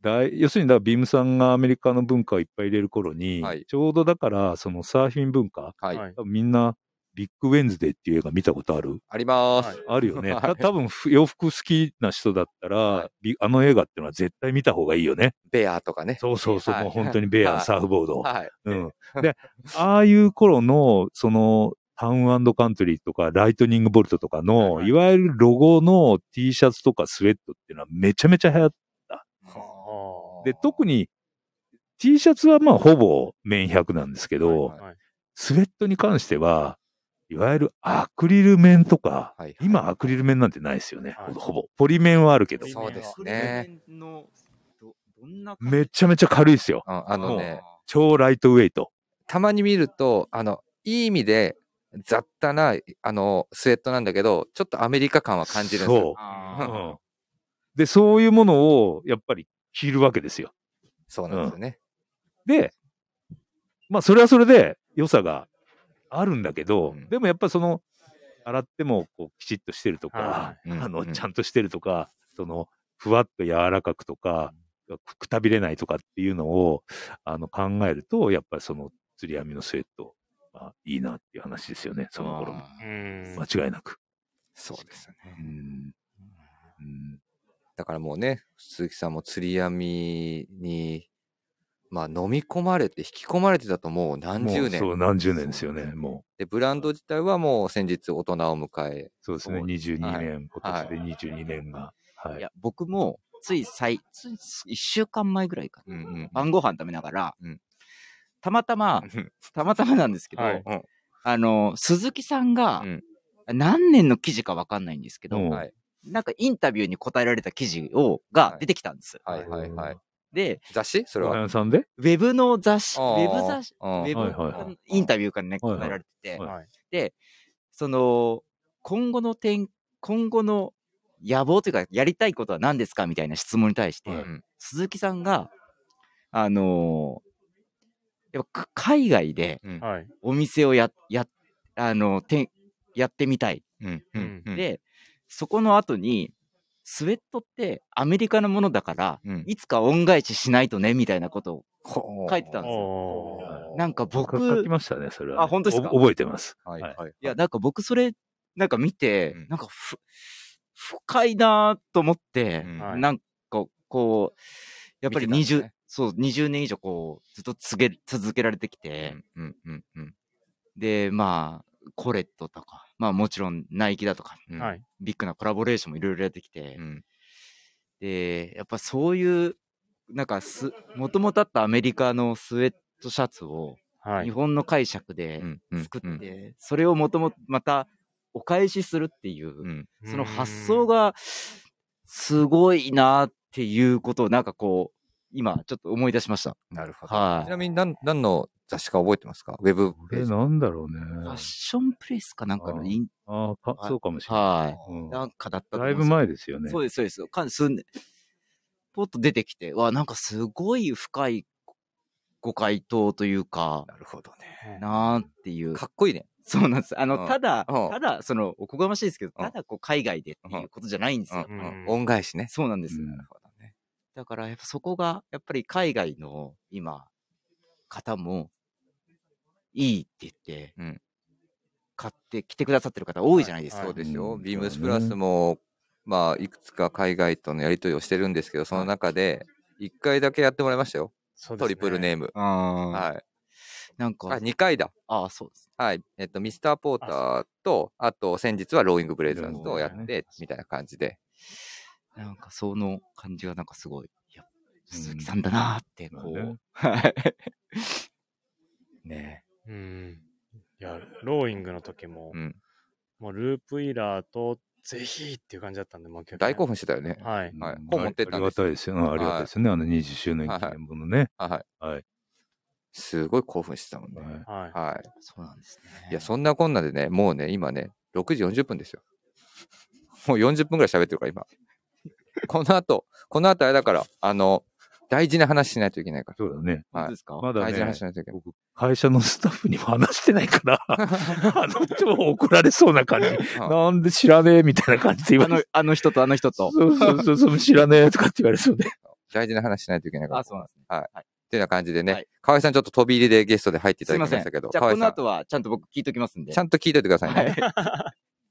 大要するにだからビームさんがアメリカの文化をいっぱい入れる頃に、
はい
ちょうどだから、そのサーフィン文化、
はい。
はい
多分みんなビッグウェンズデーっていう映画見たことある
あります。
はい
あるよね。
はい
た多分ふ洋服好きな人だったら、
はい
ビあの映画っていうのは絶対見た方がいいよね。
ベアとかね。
そうそうそう、
はい
もう本当にベア、
はい
サーフボ
<laughs>
ード。
はい。
うん。で、ああいう頃の、その、タウンカントリーとか、ライトニングボルトとかの、
はいいはい
わゆるロゴの T シャツとかスウェットっていうのはめちゃめちゃ流行って、
は
で特に T シャツはまあほぼ綿100なんですけど、
は
あはい
スウェットに関しては、いわゆるアクリル綿と
は
か、
いはい
今アクリル綿なんてないですよね、
はい
ほぼ。ポリ綿はあるけど、
そうですね。
のどどんな
めちゃめちゃ軽いですよ。
うんあのね、
超ライトウェイト。
たまに見ると、あの、いい意味で雑多な、あの、スウェットなんだけど、ちょっとアメリカ感は感じるんです
そう
よ。
あ
う
ー
んで、そういうものをやっぱり着るわけですよ。
そうなんですよね。
で、まあそれはそれで良さがあるんだけど、
うん
でもやっぱりその、洗ってもこうきちっとしてると
は
か、
うん
あの、
うん
ちゃんとしてるとか、その、ふわっと柔らかくとか、くくたびれないとかっていうのを、あの、考えると、やっぱりその釣り網のスウェット、まあいいなっていう話ですよ <laughs> ね、その頃の。
あ
うん
間違いなく。
そうですね。
うん。うん
だからもうね、鈴木さんも釣り網に、まあ飲み込まれて、引き込まれてたともう何
も
十
うそ
年。
う、何十年ですよね、もう。
で、ブランド自体はもう先日大人を迎え、
そうですね、
そう
22
はい
年、今年で22年が。はいい。
や、僕も、つい最、つい1週間前ぐらいかな。
うんうん
晩ご飯食べながら、
うん
たまたま、たまたまなんですけど、
はい
うん
あの、鈴木さんが、
うん
何年の記事かわかんないんですけど、
うん
はい
なんかインタビューに答えられた記事を、が出てきたんです。
はいはいはい。
で、
雑誌それ
おは
は。
やさんで
ウェブの雑誌、ウ
あー
ェブ雑誌、ウ
あー
ェブ、
はいはいはい
インタビューからね、
はいはい
答えられて
は
て、
い
はい
その、今後の点、今後の野望というか、やりたいことは何ですかみたいな質問に対して、
はい
うん
鈴木さんが、あのーやっぱか海外で
うん
はい
お店をや、や、あの、てやってみたい。
うんうんうん
で、そこの後に、スウェットってアメリカのものだから、
うん
いつか恩返ししないとね、みたいなことを書いてたんですよ。
おー
なんか僕、
書きましたね、それはね、
あ本当ですか
お覚えてます。
はいはいはい。
いや、なんか僕それ、なんか見て、
うん
なんかふ、深いなぁと思って、
うん
はい
なんかこう、やっぱり
見てたん
20、
だね
そう、20年以上こう、ずっとつげ続けられてきて、
うんうんうん
で、まあ、コレットとか、まあもちろんナイキだとか、
うん。
はい
ビッグなコラボレーションもいろいろやってきて、
うん
で、やっぱそういう、なんかす、もともとあったアメリカのスウェットシャツを、
は
日
い
本の解釈で
うんうん
作って、
うん
それをもともとまたお返しするっていう、
うん
その発想がすごいなっていうことをなんかこう今ちょっと思い出しました。
なるほど。
は
ち
い。
なみに何何の雑誌か覚えてますかウェブ
こ
ペー
れ
ジ。
なんだろうね。
ファッションプレスかなんかのイン
ああ、
は
か
い
そうかもしれない。
は
う
い。
ん
なんかだったと思
だ
う
い
んで
ぶ
す
前ですよね。
そうですそうです。かすんでポッと出てきて、うわなんかすごい深いご回答というか、
なるほどね。
なーっていう。
かっこいいね。
そうなんです。あ
う
の、
ん
ただ、
うん
ただ、その、おこがましいですけど、
うん
ただ、こう、海外でっていうことじゃないんです
うん
よ。
うん
うん
恩返しね。
そうなんです。
うん
なるほどね。
だから、やっぱそこが、やっぱり海外の今、方も、いいって言って、
うん
買って来てくださってる方多いじゃないですか。
そうです
う
よ。
ん
ビームス
そうね
プラスも、まあ、いくつか海外とのやり取りをしてるんですけど、その中で、1回だけやってもらいましたよ。
そうですね
トリプルネーム。
ああ、
はい。
なん
あ、
か、
2回だ。
ああ、そうです。
はい。えっと、ミスターポーターと、あと、先日はローイングブレイザーズとやっ
ローイング
て、みたいな感じで。
なんか、その感じがなんかすごい、いや、鈴木
うん
さんだなーって、こ
まあね
う、はい。ね
うん。いや、ローイングの時も、
うん。
もうループイラーと、ぜひっていう感じだったんで、もう
大興
奮。
奮してたよね。
はい。
はい
うん
本持ってった
あ
ん
り
で
が
す
たいですよ。うんありがたいですよね。あの20周年記念分のね。
はい。
はい。
すごい興奮してたもんね。
はい
はい。
は
え、そうなんですね。
い。いや、そんなこんなでね、もうね、今ね、6時40分ですよ。もう40分ぐらい喋ってる
<laughs>
から、今。この後、この後あれだから、あの、大事な話しないといけないか
そうだね。
ら。は
本当
い
で。すか、
まだ
大 <laughs> 事な話
ね
し、ないといけ
<laughs>
ない。
僕、会社のスタッフにも話してないから、あの超怒られそうな感じ。なんで知らねえみたいな感じで言
あ
われ
の
て。、
あの人とあの人
そ
と。
うそうそうそう、知らねえとかって言われそうで。
大事な話しないといけないから。
<laughs> あ、
っ
そうなんですね。
ていうような感じで
は
ね
い、
河合さんちょっと飛び入りでゲストで入ってい
す
た
い
だ
ま
きま
せん。
したけど、
じゃあ、
河
こ
合
の
さん、
後はちゃんと僕聞いときますんで。
ちゃんと聞いといてくださいね。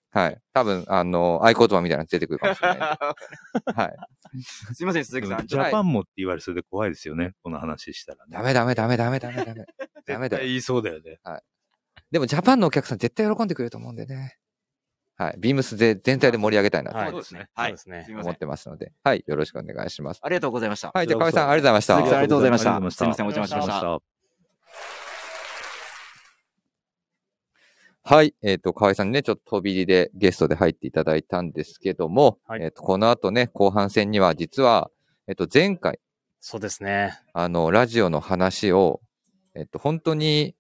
はい。多分、あの、合言葉みたいなの出てくるかもし
<laughs>
れないんで。はい。
すいません、鈴木さん。
ジャパンもって言われそうで怖いですよね。この話したらね。
ダメダメダメダメダメダメ。ダメだ
絶対
よ。
言いそうだよね。
でもジャパンのお客さん絶対喜んでくれると思うんでね。はい。ビームスで全体で盛り上げたいな
はい
と
そうですね。
そ
は
う
い
で。すね
す。いませ
思っ
ん。
てますので、はい。よろしくお願いします。
ありがとうございました。
はい。じゃあ、河合さん、ありがとうございま
鈴木
し
さん
た
あ。りがとうございました
ありがとうございました
すみません、お邪魔しまし
ありが
た。
はい。えっ、と、河合さんにね、ちょっと飛び入りでゲストで入っていただいたんですけども、
はい
えっ、と、この後ね、後半戦には、実は、えっ、と、前回、
そうですね。
あの、ラジオの話を、えっ、と、本当に、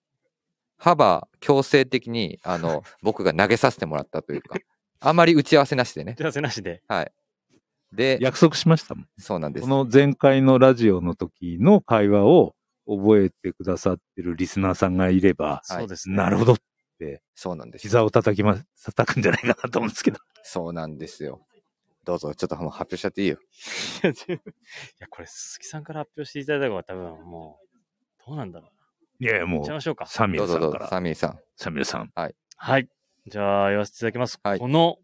幅、強制的に、あの、僕が投げさせてもらったというか、あまり打ち合わせなしでね。
じゃあ、せなしで。
で、
約束しましたもん。
そうなんです
こ。の前回のラジオの時の会話を覚えてくださってるリスナーさんがいれば、
そうですね。
なるほど。
そうなんです。
膝を叩きます、叩くんじゃないかなと思うんですけど。
そうなんですよ。どうぞ、ちょっともう発表しちゃっていいよ。
いや、これ、鈴木さんから発表していただいた方が多分もう、どうなんだろう。
いやいや、も、
行っちゃいうましょうか。
サミ
ど
ュ
う
エルさ
ぞど
ん
う
か
ぞ、
ら。
サミーさん。
サミュエルさん。
はい。じゃあ、言わせていただきます。
はい
この、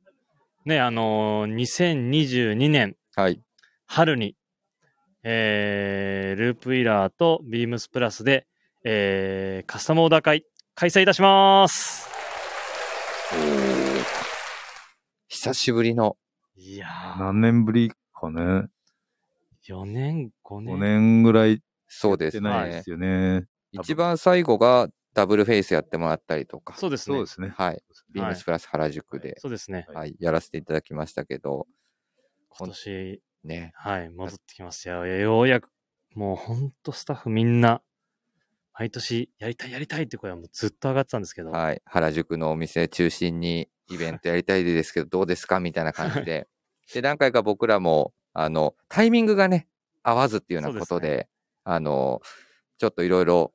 ね、あのー、2022年
はい。
春に、えー、ループイラーとビームスプラスで、えー、カスタムオーダー会、開催いたします。
久しぶりの、
いや
何年ぶりかね。
ー、4年、5
5
年。
年ぐらい
そうです
やってないで
ね
す。よね。
一番最後がダブルフェイスやってもらったりとか、
そうですね。
そうですね。
はい。ビームスプラス原宿で、
そうですね。
い
はい、やらせていただきましたけど、
今年、
ね。
はい、戻ってきますよ。ようやく、もうほんとスタッフみんな、毎年やりたいやりたいって声はもうずっと上がってたんですけど、
はい。原宿のお店中心にイベントやりたいですけど、どうですかみたいな感じで。 <laughs> で、何回か僕らも、あの、タイミングがね、合わずっていうようなことで、
そう
あの、ちょっといろいろ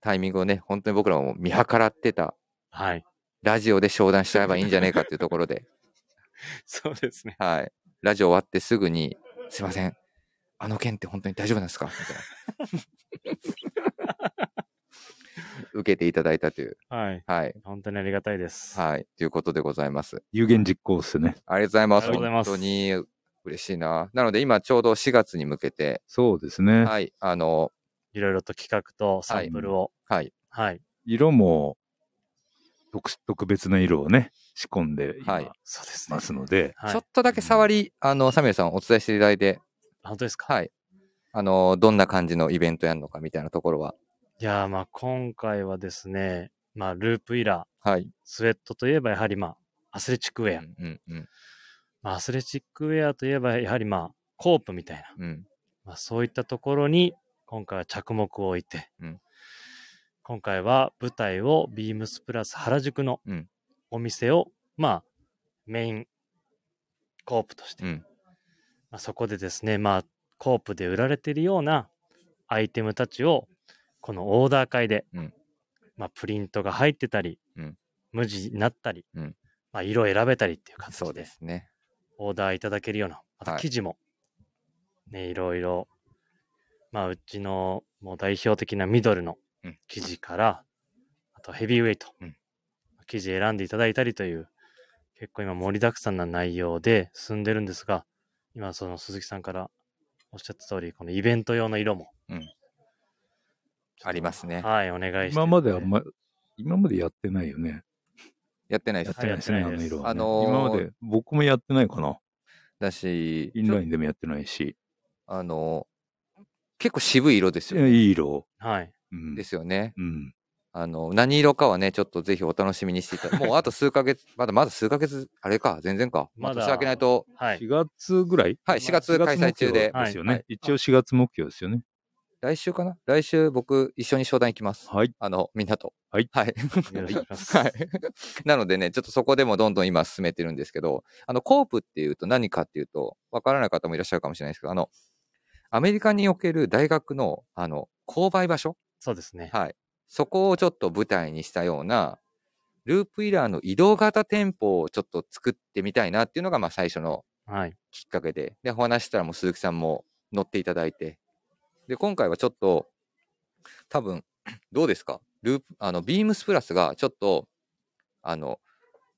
タイミングをね、本当に僕らも見計らってた、
はい。 <laughs>
ラジオで商談しちゃえばいいんじゃねえかっていうところで、
そうですね。
はい。ラジオ終わってすぐに、すいません。あの件って本当に大丈夫なんですかみたいな。受けていただいたという。
はい。
はい。
本当にありがたいです。
はい。ということでございます。
有言実行っすね。
ありがとうございます。
ありがとうございます
本当に嬉しいな。なので今ちょうど4月に向けて、
そうですね。
はい。あの、
いろいろと企画とサンプルを、
はい。
はい、
色も特殊、特別な色をね、仕込んでい
はい
そうですね
ま。すので、
は
ちょっ
い。
とだけ触り、あの、サミュエルさんお伝えしていただいて、
本当ですか、
はい。あの、どんな感じのイベントやるのかみたいなところは、
いやー、まあ今回はですね、まあループイラー、
はい。
スウェットといえばやはりまあ、アスレチックウ
う
ェア。
んうんうん
まあ、アスレチックウェアといえばやはりまあ、コープみたいな。
うん。
まあ、そういったところに今回は着目を置いて、
うん
今回は舞台をビームスプラス原宿の
うん
お店を、まあメインコープとして、
うん
まあ、そこでですねまあコープで売られているようなアイテムたちをこのオーダー会で、
うん
まあ、プリントが入ってたり、
うん
無地になったり、
うん
まあ、色選べたりっていう形
そう
で
ですね。
オーダーいただけるような、また
はい
記事も、ね、いろいろ、まあ、うちのもう代表的なミドルの
うん
記事から、あとヘビーウェイト、
うん
記事選んでいただいたりという、結構今盛りだくさんな内容で進んでるんですが、今その鈴木さんからおっしゃった通り、このイベント用の色も、
ありますね。
はい、お願いして。
今まであんま、今までやってないよね。
やってないで
やっ
す
てないですね、
はいや
あ
ってないで
の
す
色は、ね
あのー
今まで僕もやってないかな。
だし、
インラインでもやってないし。
あの、結構渋い色です
い
よ
や
ね。
いい色。
はい。
うん。
ですよね。
うん。
あの、何色かはね、ちょっとぜひお楽しみにしていただもうあと数ヶ月、まだまだ数ヶ月、あれか、全然か。まあ、
まだ
年明けないと、
はい。
4月ぐらい
はい、4月開催中で、
ですよね、
はいはい
一応4月目標ですよね。
来週かな来週僕、一緒に商談行きます。
はい。
あの、みんなと。
はい
はい。
よろしくお願いします。
はい。 <laughs> なのでね、ちょっとそこでもどんどん今進めてるんですけど、あの、コープっていうと何かっていうと、わからない方もいらっしゃるかもしれないですけど、あの、アメリカにおける大学の、あの、購買場所
そうですね。
はい。そこをちょっと舞台にしたような、ループイラーの移動型店舗をちょっと作ってみたいなっていうのが、まあ最初の
はい。
きっかけで。で、お話ししたらもう鈴木さんも乗っていただいて。で、今回はちょっと、多分、 <clears throat> どうですかループ、あの、ビームスプラスがちょっと、あの、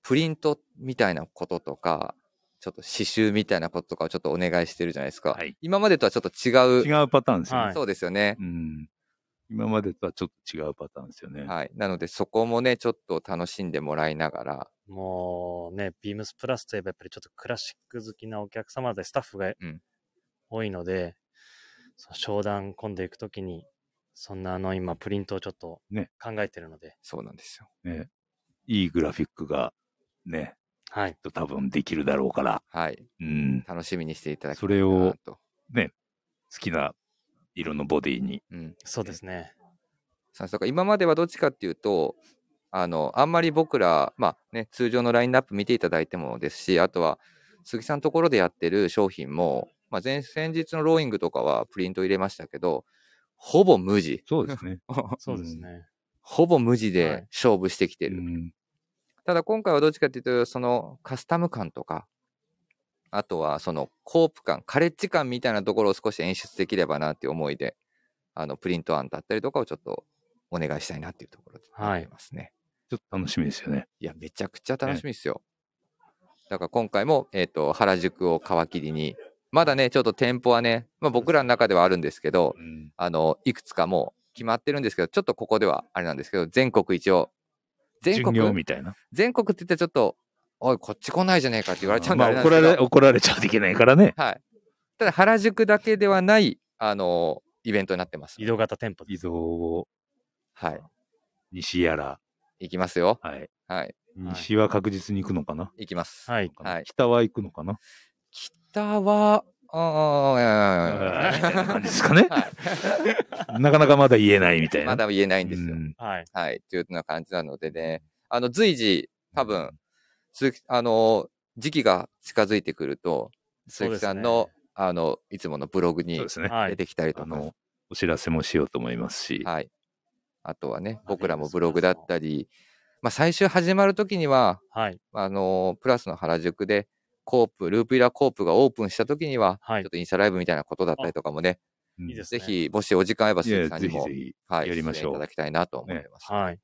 プリントみたいなこととか、ちょっと刺繍みたいなこととかをちょっとお願いしてるじゃないですか。
はい
今までとはちょっと違う。
違うパターンですよね、
はい
そうですよね。
うん。今までとはちょっと違うパターンですよね。
はい。なので、そこもね、ちょっと楽しんでもらいながら、
もうね、ビームスプラスといえばやっぱりちょっとクラシック好きなお客様でスタッフが
うん
多いので、その商談込んでいくときに、そんなあの今プリントをちょっと
ね
考えてるので、
そうなんですよ。
ね、いいグラフィックがね、
はい。
と多分できるだろうから、
はい。
うん、
楽しみにしていただきた
そ
いな
れを
と。
好きな色のボディに。
うん。
そうですね。
さそうか、今まではどっちかっていうと、あの、あんまり僕ら、まあね、通常のラインナップ見ていただいてもですし、あとは、鈴木さんのところでやってる商品も、まあ、前、先日のローイングとかはプリント入れましたけど、ほぼ無地。
そうですね。
そうですね。
ほぼ無地
は
で
い
勝負してきて
<laughs> う
る。
ん、
ただ今回はどっちかっていうと、そのカスタム感とか、あとはそのコープ感、カレッジ感みたいなところを少し演出できればなっていう思いで、あの、プリント案だったりとかをちょっとお願いしたいなっていうところで
はい
思いますね。
ちょっと楽しみですよね。
い、や、めちゃくちゃ楽しみですよ。だから今回も、えっ、と、原宿を皮切りに、まだね、ちょっと店舗はね、まあ僕らの中ではあるんですけど、
うん、
あの、いくつかもう決まってるんですけど、ちょっとここではあれなんですけど、全国一応、全
巡
国
業みたいな。
全国って言ってちょっと、おい、こっち来ないじゃねえかって言われちゃうんであ
まあ
れなん
怒
です
ら
けど、
れ、怒られちゃうといけないからね。
はい。ただ、原宿だけではない、あのイベントになってます
移。動型店舗で
移
す。
動を
はい。
西やら、
行きますよ。
はい。
はい。
西は確実に行くのかな、
行きます。
はい。
はい
北は行くのかな、
北は、あー、
みたいな感じですかね
<laughs>
は
なかなかまだ言えないみたい
い。
な。
まだ言えないん
う
ですよ。
ん
はい。
はい。というような感じなのでね、あの、随時、多分、鈴木あの時期が近づいてくると、
そ
鈴
うで
木
すね
さんの、あの、いつものブログに
そうですね。
は
出
い。
てきたりと
あ
か、
の、お知らせもしようと思いますし、
はい。あとはね、
あ
僕ら
ビーム
も
ス
ブログだったり、まあ、最終始まるときには、
はい。
あのープラスの原宿で、コープ、ループイラーコープがオープンしたときには、
はい
ちょっとインスタライブみたいなことだったりとかもね、
うん
いいです
ぜ
ね。。
ひ、もしお時間あれば、
い
鈴
やい
木
や
さん
ぜ
に
ひ
も
ぜ、ひ、
はい、
やりましょ
出演
う
いただきたいなと思います。
はい。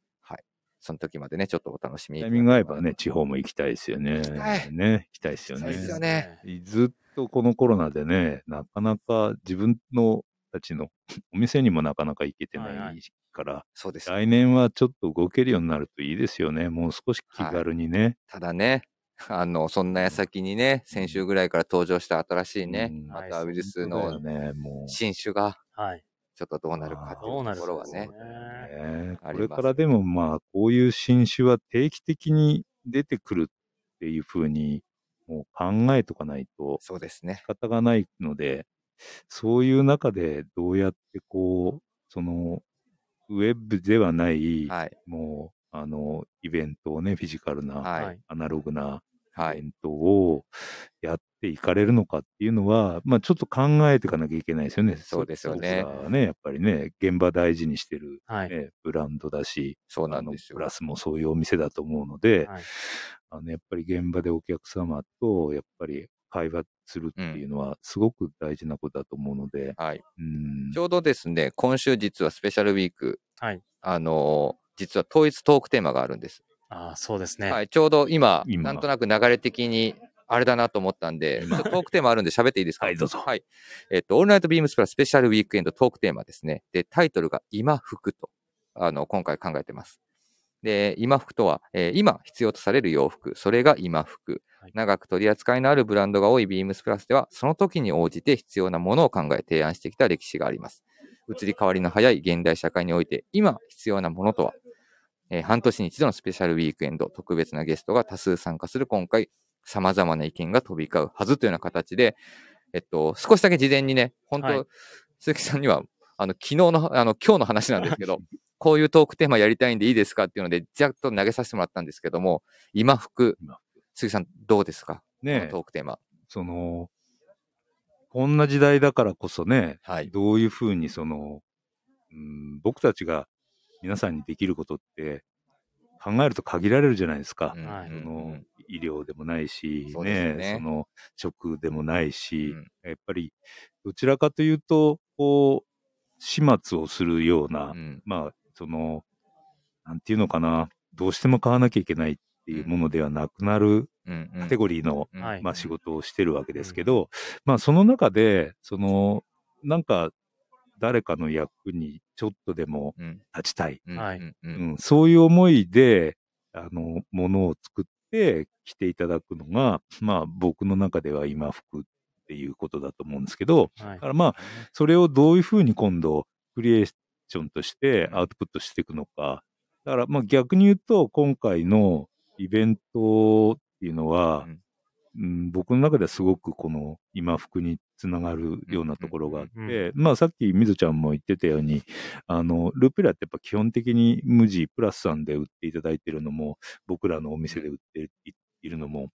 その時までね、ちょっとお楽しみいた
タ
だ
イ
け
ミング合えば
れ
ね、地方も行きたいですよね。
行きたい
ね、行きたいですよ
そうですよ
ね。
ね。
ずっとこのコロナでね、なかなか自分のたちのお店にもなかなか行けて
はい
な
はい
いから、
そうです。
来年はちょっと動けるようになるといいですよね。もう少し気軽にね。
ただね、あの、そんな矢先にね、先週ぐらいから登場した新しいね、
うん
ま
はい
たウイルス
本当
の
だよね、もう。
新種が、
はい。
ちょっとどうなるかってい
どうな
う
る
とこ
か
ろはね、
ね。
ね
あ
こ
ります
れからでもまあ、こういう新種は定期的に出てくるっていうふうに、もう考えとかないと
そうですね
仕。方がないので、そういう中でどうやってこう、その、ウェブではない、
はい。
もう、あの、イベントをね、フィジカルな、
は。
はいい。
アナログな
は
イベ
い。
ントをやっていかれるのかっていうのは、まあちょっと考えていかなきゃいけないですよね。
そうですよね
僕らはね、やっぱりね、現場大事にしてる
はい。
ね、ブランドだし、
そうな
あ
ん
の
ですよ
プ。ラスもそういうお店だと思うので、
はい
あのやっぱり現場でお客様とやっぱり会話するっていうのはすごく大事なことだと思うので、
はい。
うん
ちょうどですね、今週実はスペシャルウィーク、
はい。
あのー実は統一トークテーマがあるんです。
ああ、そうですね。
はい、ちょうど今、
今
なんとなく流れ的に、あれだなと思ったんで、ちょっとトークテーマあるんで喋っていいですか
はいどうぞ
はい。えっと、オールナイトビームスプラススペシャルウィークエンドトークテーマですね。で、タイトルが今服と、あの、今回考えてます。で、今服とは、えー今必要とされる洋服、それが今服
はい。
長く取り扱いのあるブランドが多いビームスプラスでは、その時に応じて必要なものを考え提案してきた歴史があります。移り変わりの早い現代社会において、今必要なものとは、えー半年に一度のスペシャルウィークエンド、特別なゲストが多数参加する今回、様々な意見が飛び交うはずというような形で、えっと、少しだけ事前にね、本当、
はい
鈴木さんには、あの、昨日の、あの、今日の話なんですけど、こういうトークテーマやりたいんでいいですかっていうので、ざっと投げさせてもらったんですけども、今服
今、
鈴木さんどうですか、こ
ね
の
え
トークテーマ。
その、こんな時代だからこそね、
はい。
どういうふうにその、うん、僕たちが皆さんにできることって考えると限られるじゃないですか。
うん
はい
うん
そ
うん
の医療でもないし、
そうですよ
ね
ね
その食でもないし、
うん
やっぱりどちらかというと、こう、始末をするような、
うん
まあ、その、なんていうのかな、どうしても買わなきゃいけないっていうものではなくなる
うんうん
カテゴリーの、
うん
はい
まあ、仕事をしてるわけですけど、まあその中で、その、なんか誰かの役にちょっとでも
うん
立ちたい、
うん
はい
うんう
うんん、そういう思いで、あの、ものを作って来ていただくのが、まあ僕の中では今服っていうことだと思うんですけど、
はい
だか。らまあ、それをどういうふうに今度、クリエーションとしてアウトプットしていくのか。だから、まあ逆に言うと、今回のイベントっていうのは、うん、僕の中ではすごくこの今服につながるようなところがあって、
うんうんう
まあさっきみずちゃんも言ってたように、あの、ルペラってやっぱ基本的に無地プラスさんで売っていただいてるのも、僕らのお店で売っていいるのも、やっ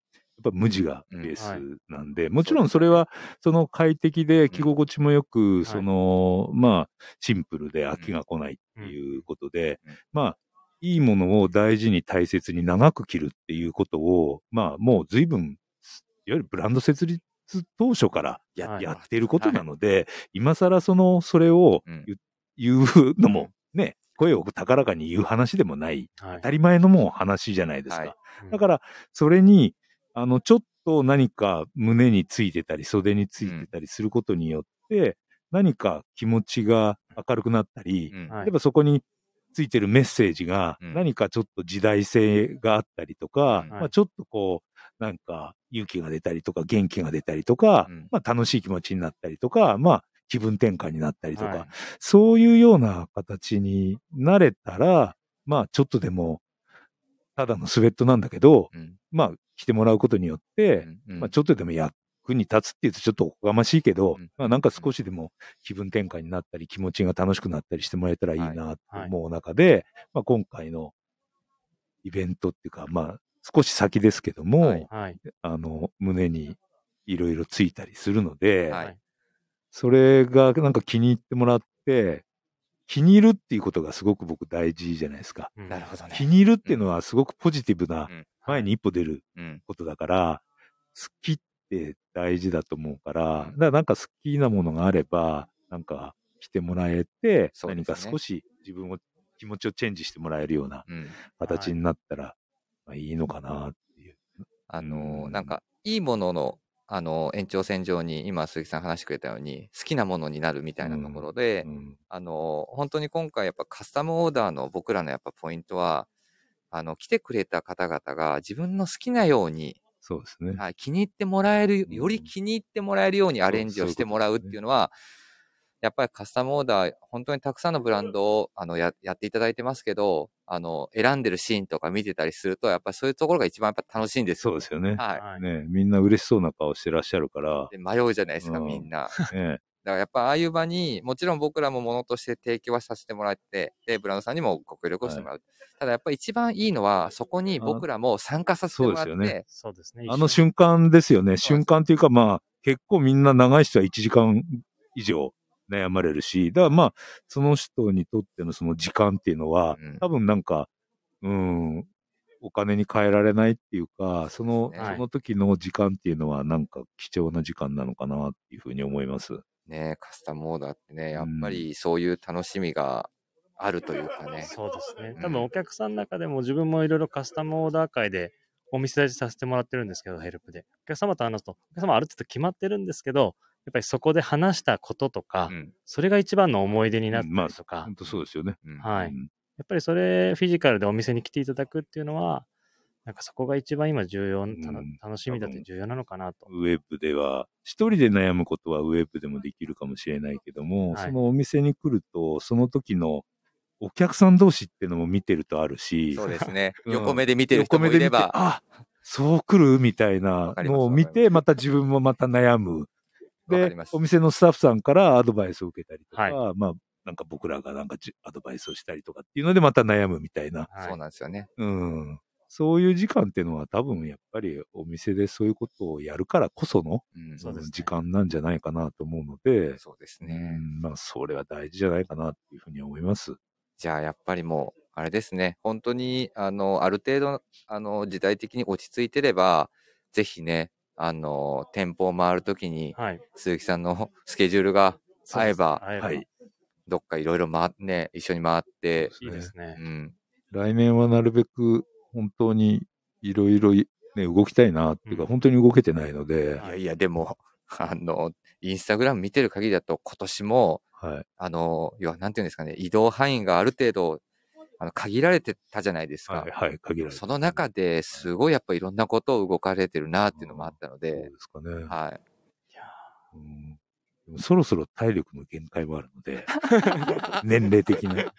ぱ無地がベースなんで、もちろんそれはその快適で着心地もよく、
い
その、まあシンプルで飽きが来ないっていうことで、
うんうん
まあいいものを大事に大切に長く着るっていうことを、まあもう随分、いわゆるブランド設立当初からや,、
はい
やってることなので、今更その、それを
うん
言,、うのもね、声を高らかに言う話でもない、
はい
当たり前のもう話じゃないですか。
はい
だから、それに、あの、ちょっと何か胸についてたり、袖についてたりすることによって、何か気持ちが明るくなったり、
うん
はい
例えばそこについてるメッセージが、
うん
何かちょっと時代性があったりとか、
うん
まあ、ちょっとこう、なんか勇気が出たりとか、元気が出たりとか、
うん
まあ、楽しい気持ちになったりとか、まあ、気分転換になったりとか、
はい
そういうような形になれたら、まあ、ちょっとでも、ただのスウェットなんだけど、
うん
まあ、着てもらうことによっ
う
て、
んうん
まあ、ちょっとでも役に立つっていうとちょっとおこがましいけど、
うん
まあ、なんか少しでも気分転換になったり、気持ちが楽しくなったりしてもらえたらいいなと思う中で、まあ、今回のイベントっていうか、まあ、少し先ですけども、
はい
はい。
あの、胸にいろいろついたりするので、
はい
それがなんか気に入ってもらって、気に入るっていうことがすごく僕大事じゃないですか。
うん
なるほどね。
気に入るっていうのはすごくポジティブな
うん、
前に一歩出る
うん
ことだから、好きって大事だと思うから、
うん
だからなんか好きなものがあれば、なんか来てもらえて、
そうで
何
すね
か少し自分を、気持ちをチェンジしてもらえるような
うん
形になったら、まあ、いいのかなっていう。
あの
う
ー
ん
なんか、いいものの、あのー延長線上に、今、鈴木さん話してくれたように、好きなものになるみたいなところで、
うん
あのー本当に今回、やっぱカスタムオーダーの僕らのやっぱポイントは、あの、来てくれた方々が自分の好きなように、
そうですね。
はい、気に入ってもらえる、
うん
より気に入ってもらえるようにアレンジをしてもらうっていうのは、やっぱりカスタムオーダー、本当にたくさんのブランドをあのややっていただいてますけど、あの、選んでるシーンとか見てたりすると、やっぱりそういうところが一番やっぱ楽しいんです
そ
よ
う
ね。
ですよね。
はい。
はい。
ねみんな嬉しそうな顔してらっしゃるから、
で迷うじゃないですか、
うん
みんな。だか
ね、
らやっぱああいう場に、もちろん僕らもものとして提供はさせてもらって、で、ブランドさんにもご協力をしてもらう。ただやっぱり一番いいのは、そこに僕らも参加させてもらっ
そうですよ
て、
そうですね。
あの瞬間ですよね。
す
瞬間っていうかまあ、結構みんな長い人は1時間以上悩まれるし、だからまあ、その人にとってのその時間っていうのは、
うん
多分なんか、うん、お金に換えられないっていうか、その、
そうですね
その時の時間っていうのはなんか貴重な時間なのかなっていうふうに思います。
ね、カスタムオーダーってね、やっぱ
うん
りそういう楽しみがあるというかね。
そうですね。多分お客さんの中でも自分もいろいろカスタムオーダー会でお店出しさせてもらってるんですけど、ヘルプで。お客様と話すと、お客様ある程度決まってるんですけど、やっぱりそこで話したこととか、
うん
それが一番の思い出になっ
ま
た
あ
りとか、
本当そうですよね。
うん
はい。
うん
やっぱりそれフィジカルでお店に来ていただくっていうのは、なんかそこが一番今重要な、たの
うん
楽しみだって重要なのかなと。
ウェブでは、一人で悩むことはウェブでもできるかもしれないけども、
はい
そのお店に来ると、その時のお客さん同士ってのも見てるとある
<laughs>
し、
そうですね。
うん
横目で見てる人もいれば、
あそう来るみたい
わ
な
かります
のを見て、また自分もまた悩む。
わか
で
ります、
お店のスタッフさんからアドバイスを受けたりとか、
は
まあ、なんか僕らがなんかじアドバイスをしたりとかっていうのでまた悩むみたいな。
はい
そうなんですよね。
うん。そういう時間っていうのは多分やっぱりお店でそういうことをやるからこその
うん、
そうですね
時間なんじゃないかなと思うので、
そうです
う
ね。
んまあそれは大事じゃないかなっていうふうに思います。
じゃあやっぱりもう、あれですね、本当に、あの、ある程度、あの、時代的に落ち着いてれば、ぜひね、あの、店舗を回るときに、
はい。
鈴木さんの <laughs> スケジュールが会えば
そうです
は
会えば
い。
どっかいろいろ回っね、一緒に回って、
いいです
う
ね。
ん、
来年はなるべく本当にいろいろね、動きたいなっていうか、
うん
本当に動けてないので
い、
は
やいや、でも、 <laughs> あの、インスタグラム見てる限りだと、今年も、
はい。
あの、要は、なんていうんですかね、移動範囲がある程度、あの、限られてたじゃないですか。
はい、はい、限られて
その中ですごいやっぱいろんなことを動かれてるなっていうのもあったの
そう
で
で、すかね。
はい。
うんでもそろそろ体力の限界もあるので、年齢的な。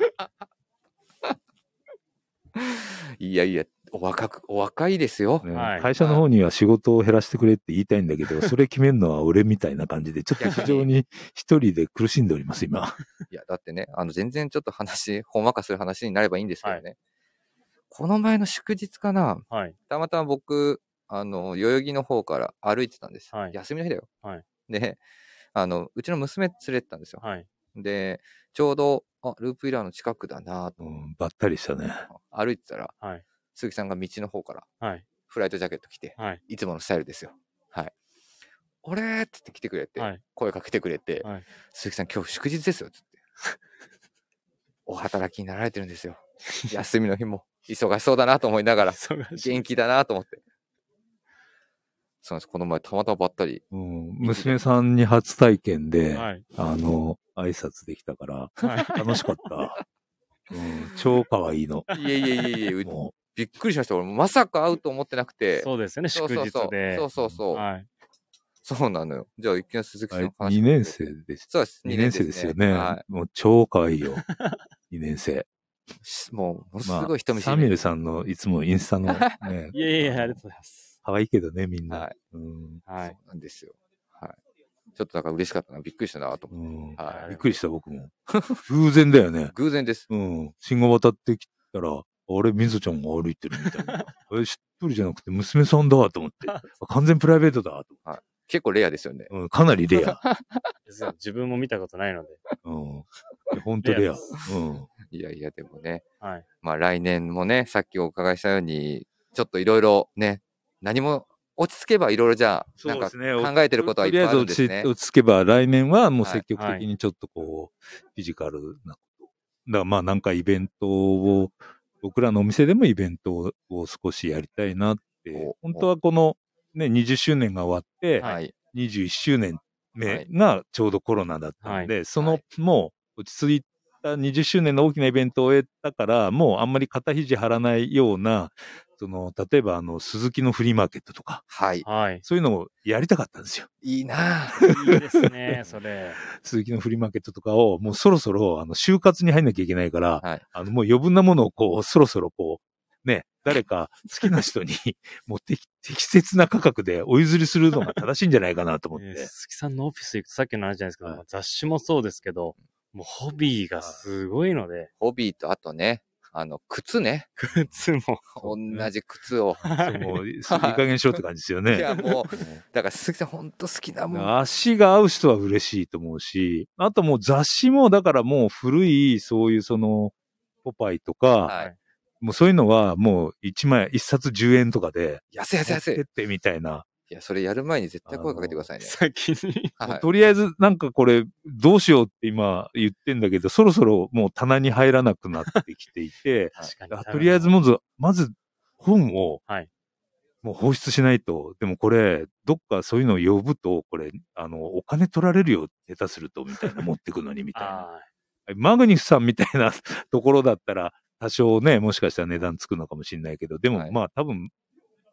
いやいや、お若く、お若いですよ。
ね
はい
会社の方には仕事を減らしてくれって言いたいんだけど、それ決めるのは俺みたいな感じで、ちょっと非常に一人で苦しんでおります、今。
いや、だってね、あの、全然ちょっと話、 <laughs> ほんわかする話になればいいんですけどね。この前の祝日かな、
はい。
たまたま僕、あの、代々木の方から歩いてたんです。
はい
休みの日だよ。
はい
で、あの、うちの娘連れてたんですよ。
はい。
で、ちょうど、あ、ループイラーの近くだなと
うん、ばったりしたね。
歩いてたら、
はい
鈴木さんが道の方から
はい。
フライトジャケット着て、
はい。
いつものスタイルですよ。はい。俺っつって来てくれて、
はい
声かけてくれて、
はい
鈴木さん今日祝日ですよっつって。お働きになられてるんですよ。休みの日も忙しそうだなと思いながら、
忙しい。
元気だなと思って。そうなんです。この前たまたまばったり。
うん、娘さんに初体験で、
はい。
あの、挨拶できたから、
はい。
楽しかった。うん、超可愛いの。
いえいえいえいえ、う
<laughs> も
びっくりしました。俺まさか会うと思ってなくて。
そうですよね、
そう
祝
そうそ
日
う
で。
そうそうそう。
はい。
そうなのよ。じゃあ、一見鈴木
う、
さんの話。
2年生でした。
そうです。
2年生ですよね。
は
もう超可愛いよ。2年生。
いし。もう、ものす
まあ
ごい人見知
サ
り。
ミュエルさんのいつもインスタのね、
<laughs>
いやいやいや、ありがとうございます。
可愛いけどね、みんな。
はい
うん
は
そ。
いう
なんですよ。はい。ちょっとだから嬉しかったな。びっくりしたなと
う
思って。
ん
は
び
い
っ。くりした、僕も。 <laughs> 偶然だよね。
偶然です。
うん。信号渡ってきたら、あれ、みずちゃんが歩いてるみたい <laughs> な。え、しっとりじゃなくて娘さんだと思 <laughs> って。あ完全プライベートだと思って。
結構レアですよね。
うん、かなりレア。
実は自分も見たことないので。
うん。本当レ
レ
ア。
ア
う
で
ん。
いやいや、でもね。
はい。
まあ来年もね、さっきお伺いしたように、ちょっといろいろね、何も落ち着けばいろいろじゃあ、なんか考えてることはいっぱいあるんです
とりあえ
ね
ず。落ち着けば、来年はもう
はい
積極的にちょっとこう、フィジカルなこと。だからまあなんかイベントを、僕らのお店でもイベントを少しやりたいなって
お。
本当はこのね、20周年が終わって、
はい。
21周年目がちょうどコロナだったんで、そ
は
の
い
もう落ち着いた20周年の大きなイベントを終えたから、もうあんまり肩肘張らないような、その、例えばあの、鈴木のフリーマーケットとか、
はい。
<laughs>
はい。
そういうのをやりたかったんですよ。
いいなあ
いいですね、それ。
鈴木のフリーマーケットとかを、もうそろそろ、あの、就活に入んなきゃいけないから、
はい
あの、もう余分なものをこう、そろそろこう、ね、誰か好きな人に <laughs> もう適適切な価格でお譲りするのが正しいんじゃないかなと
<laughs>
思っ
えー
て。
鈴木さんのオフィス行くとさっきの話じゃないですけど、
はい
雑誌もそうですけど、もうホビーがすごいので、
ホビーとあとね、あの、靴ね。
靴も。
同
ね
じ靴を。
そうもう、いい加減しろって感じですよ
い
ね。
や、もう、だから鈴木さんほんと好きなもん。
足が合う人は嬉しいと思うし、あともう雑誌も、だからもう古い、そういうその、ポパイとか、
はい。
もうそういうのはもう1枚、1冊10円とかで、
安い安い安
持
い
ってっ。てみたいな。
いや、それやる前に絶対声かけてくださいね。
先に。、
はい。
とりあえず、なんかこれ、どうしようって今言ってんだけど、そろそろもう棚に入らなくなってきていて
確かに
あ。とりあえずまず、まず本を
はい、
もう放出しないと、でもこれ、どっかそういうのを呼ぶと、これ、あの、お金取られるよ、下手すると、みたいな、持ってくのに、みたいな。
あ
マグニフさんみたいな <laughs> ところだったら、多少ね、もしかしたら値段つくのかもしれないけど、でも、
はい
まあ多分、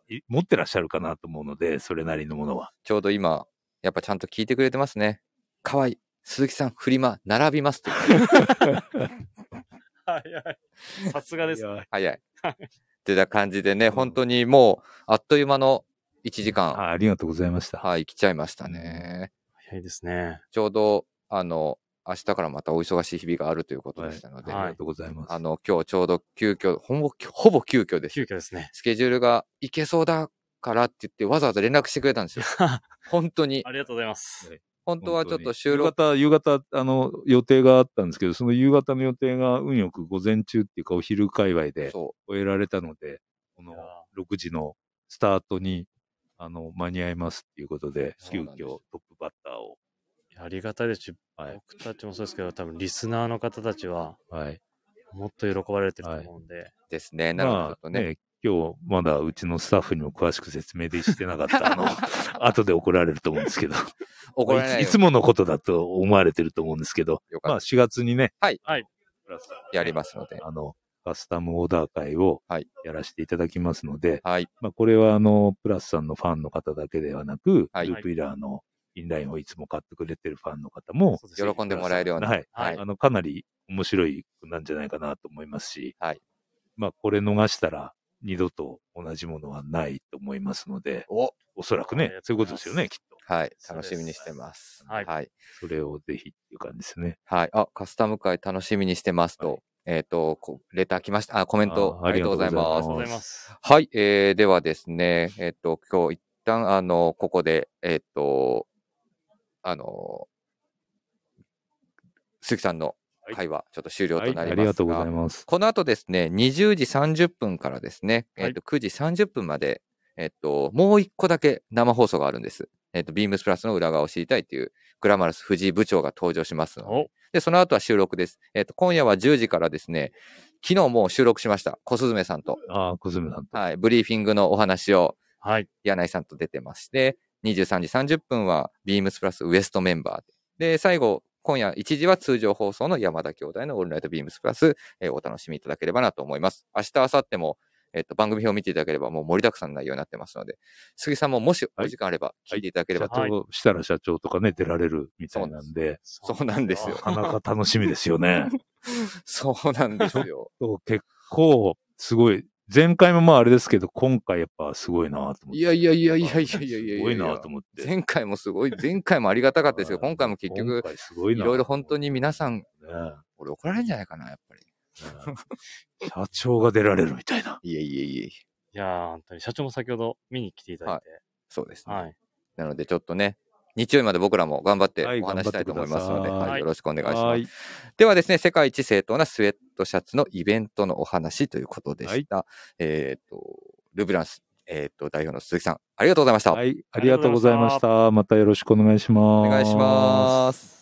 い持ってらっしゃるかなと思うので、それなりのものは。
ちょうど今、やっぱちゃんと聞いてくれてますね。かわいい。鈴木さん、フリマ、並びますって言って。
あ。はいはい。さすがです。
い
ね
や
早い。 <laughs> ってな感じでね、本当にもう、あっという間の1時間、
あありがとうございました。
はい、来ちゃいましたね。
早いですね。
ちょうど、あの、明日からまたお忙しい日々があるということでしたので、
ありがとうございます。
あの、今日ちょうど急遽、ほぼ、ほぼ急遽です
急。遽です
<laughs>
ね。
スケジュールがいけそうだからって言って、わざわざ連絡してくれたんですよ。本当に。
ありがとうございます。
本当はちょっと収
夕
録、
方、夕方、あの、予定があったんですけど、その夕方の予定が運よく午前中っていうかお昼界隈で
そ
終えられたので、この
いや
6時のスタートに、あの、間に合いますっていうことで、
そう
急
なんです
遽トップバッターを。
いやありがたいですし、
はい
僕たちもそうですけど、多分リスナーの方たちは、
はい。
もっと喜ばれてると思うんで、
うですね。なるほど、ちょっと
まあ
ね。
ね、今日まだうちのスタッフにも詳しく説明でしてなかった、
<laughs>
あの、後で怒られると思うんですけど、
怒られないい
ついつものことだと思われてると思うんですけど、
よ
ま
か
あ
っ
4月にね、
はい
はい
プラス
た。やりますので。
あの、カスタムオーダー会を
はい
やらせていただきますので、
はい。
まあこれはあの、プラスさんのファンの方だけではなく、
はい
ループイラーのインラインをいつも買ってくれてるファンの方も、
そうですね
喜んでもらえるような。
はい
はい
あ。の、かなり面白いなんじゃないかなと思いますし、
はい
まあこれ逃したら二度と同じものはないと思いますので、
お
おそらく
あ
ね
りが、と
そういうう
ご
こ
ざ
と
いま
ですすよね、きっと。
はい。
そうで
楽
す
しみにしてます。
はい
はい。
それをぜひっていう感じですね。
はい。あ、カスタム会楽しみにしてます
は
と。えっと、こレター来ました。あ、コメント
あ
ありがとうござい
あり
ま
が
す
とう。ございます。
はい、えー、ではですね、えっ、と、今日一旦、あの、ここで、えっ、と、あの、鈴木さんの
はい
会話、ちょっと終了と
はい、
な
あ
り
り
ま
が
す
とう
が、
ございます。
この後ですね、20時30分からですね、
はい
えっ、と、9時30分まで、えっ、と、もう一個だけ生放送があるんです。えっ、と、ビームスプラスの裏側を知りたいっていう、グラマラス藤井部長が登場しますので
お、
で、その後は収録です。えっ、と、今夜は10時からですね、昨日もう収録しました。小雀さんと。
ああ、小泉さんと。
はい、ブリーフィングのお話を
はい。
柳井さんと出てまして、23時30分はビームスプラスウエストメンバーで、で、最後、今夜1時は通常放送の山田兄弟のオールナイトビームスプラス、えーお楽しみいただければなと思います。明日、明後日も、えっと、番組表を見ていただければもう盛りだくさんの内容になってますので、杉さんももしお時間あれば聞いていただければ
社
と、
はい
長、設楽社長とかね、出られるみたいなんで、
そうなんです
な
よ。
かなか楽しみですよね。
そうなんです
<laughs>
よ。
そう結構、すごい。前回もまああれですけど、今回やっぱすごいなと思って。
いやいやいやいやいやいやいや
すごいなと思って。
前回もすごい、前回もありがたかったで
<laughs>
すけど、今回も結
今
局、
回すご
い
いな
ろいろ本当に皆さん <laughs>
ねね
俺怒られるんじゃないかな、やっぱり。
社長が出られるみたいな。
いえいえいえ。
いやー、本当に社長も先ほど見に来ていただいて、
そうですね。
はい。
なのでちょっとね、日曜日まで僕らも頑張って
はい
お話したいと思いますので、
頑張
は
ってくださ
い
い
よろしくお願いしま
は
す。
い。
ではですね、世界一正当なスウェットシャツのイベントのお話ということでした。えっ、と、ルブランス、えっ、と、代表の鈴木さん、ありがとうございました。
はい。ありがとうございました。またよろしくお願いします。
お願いします。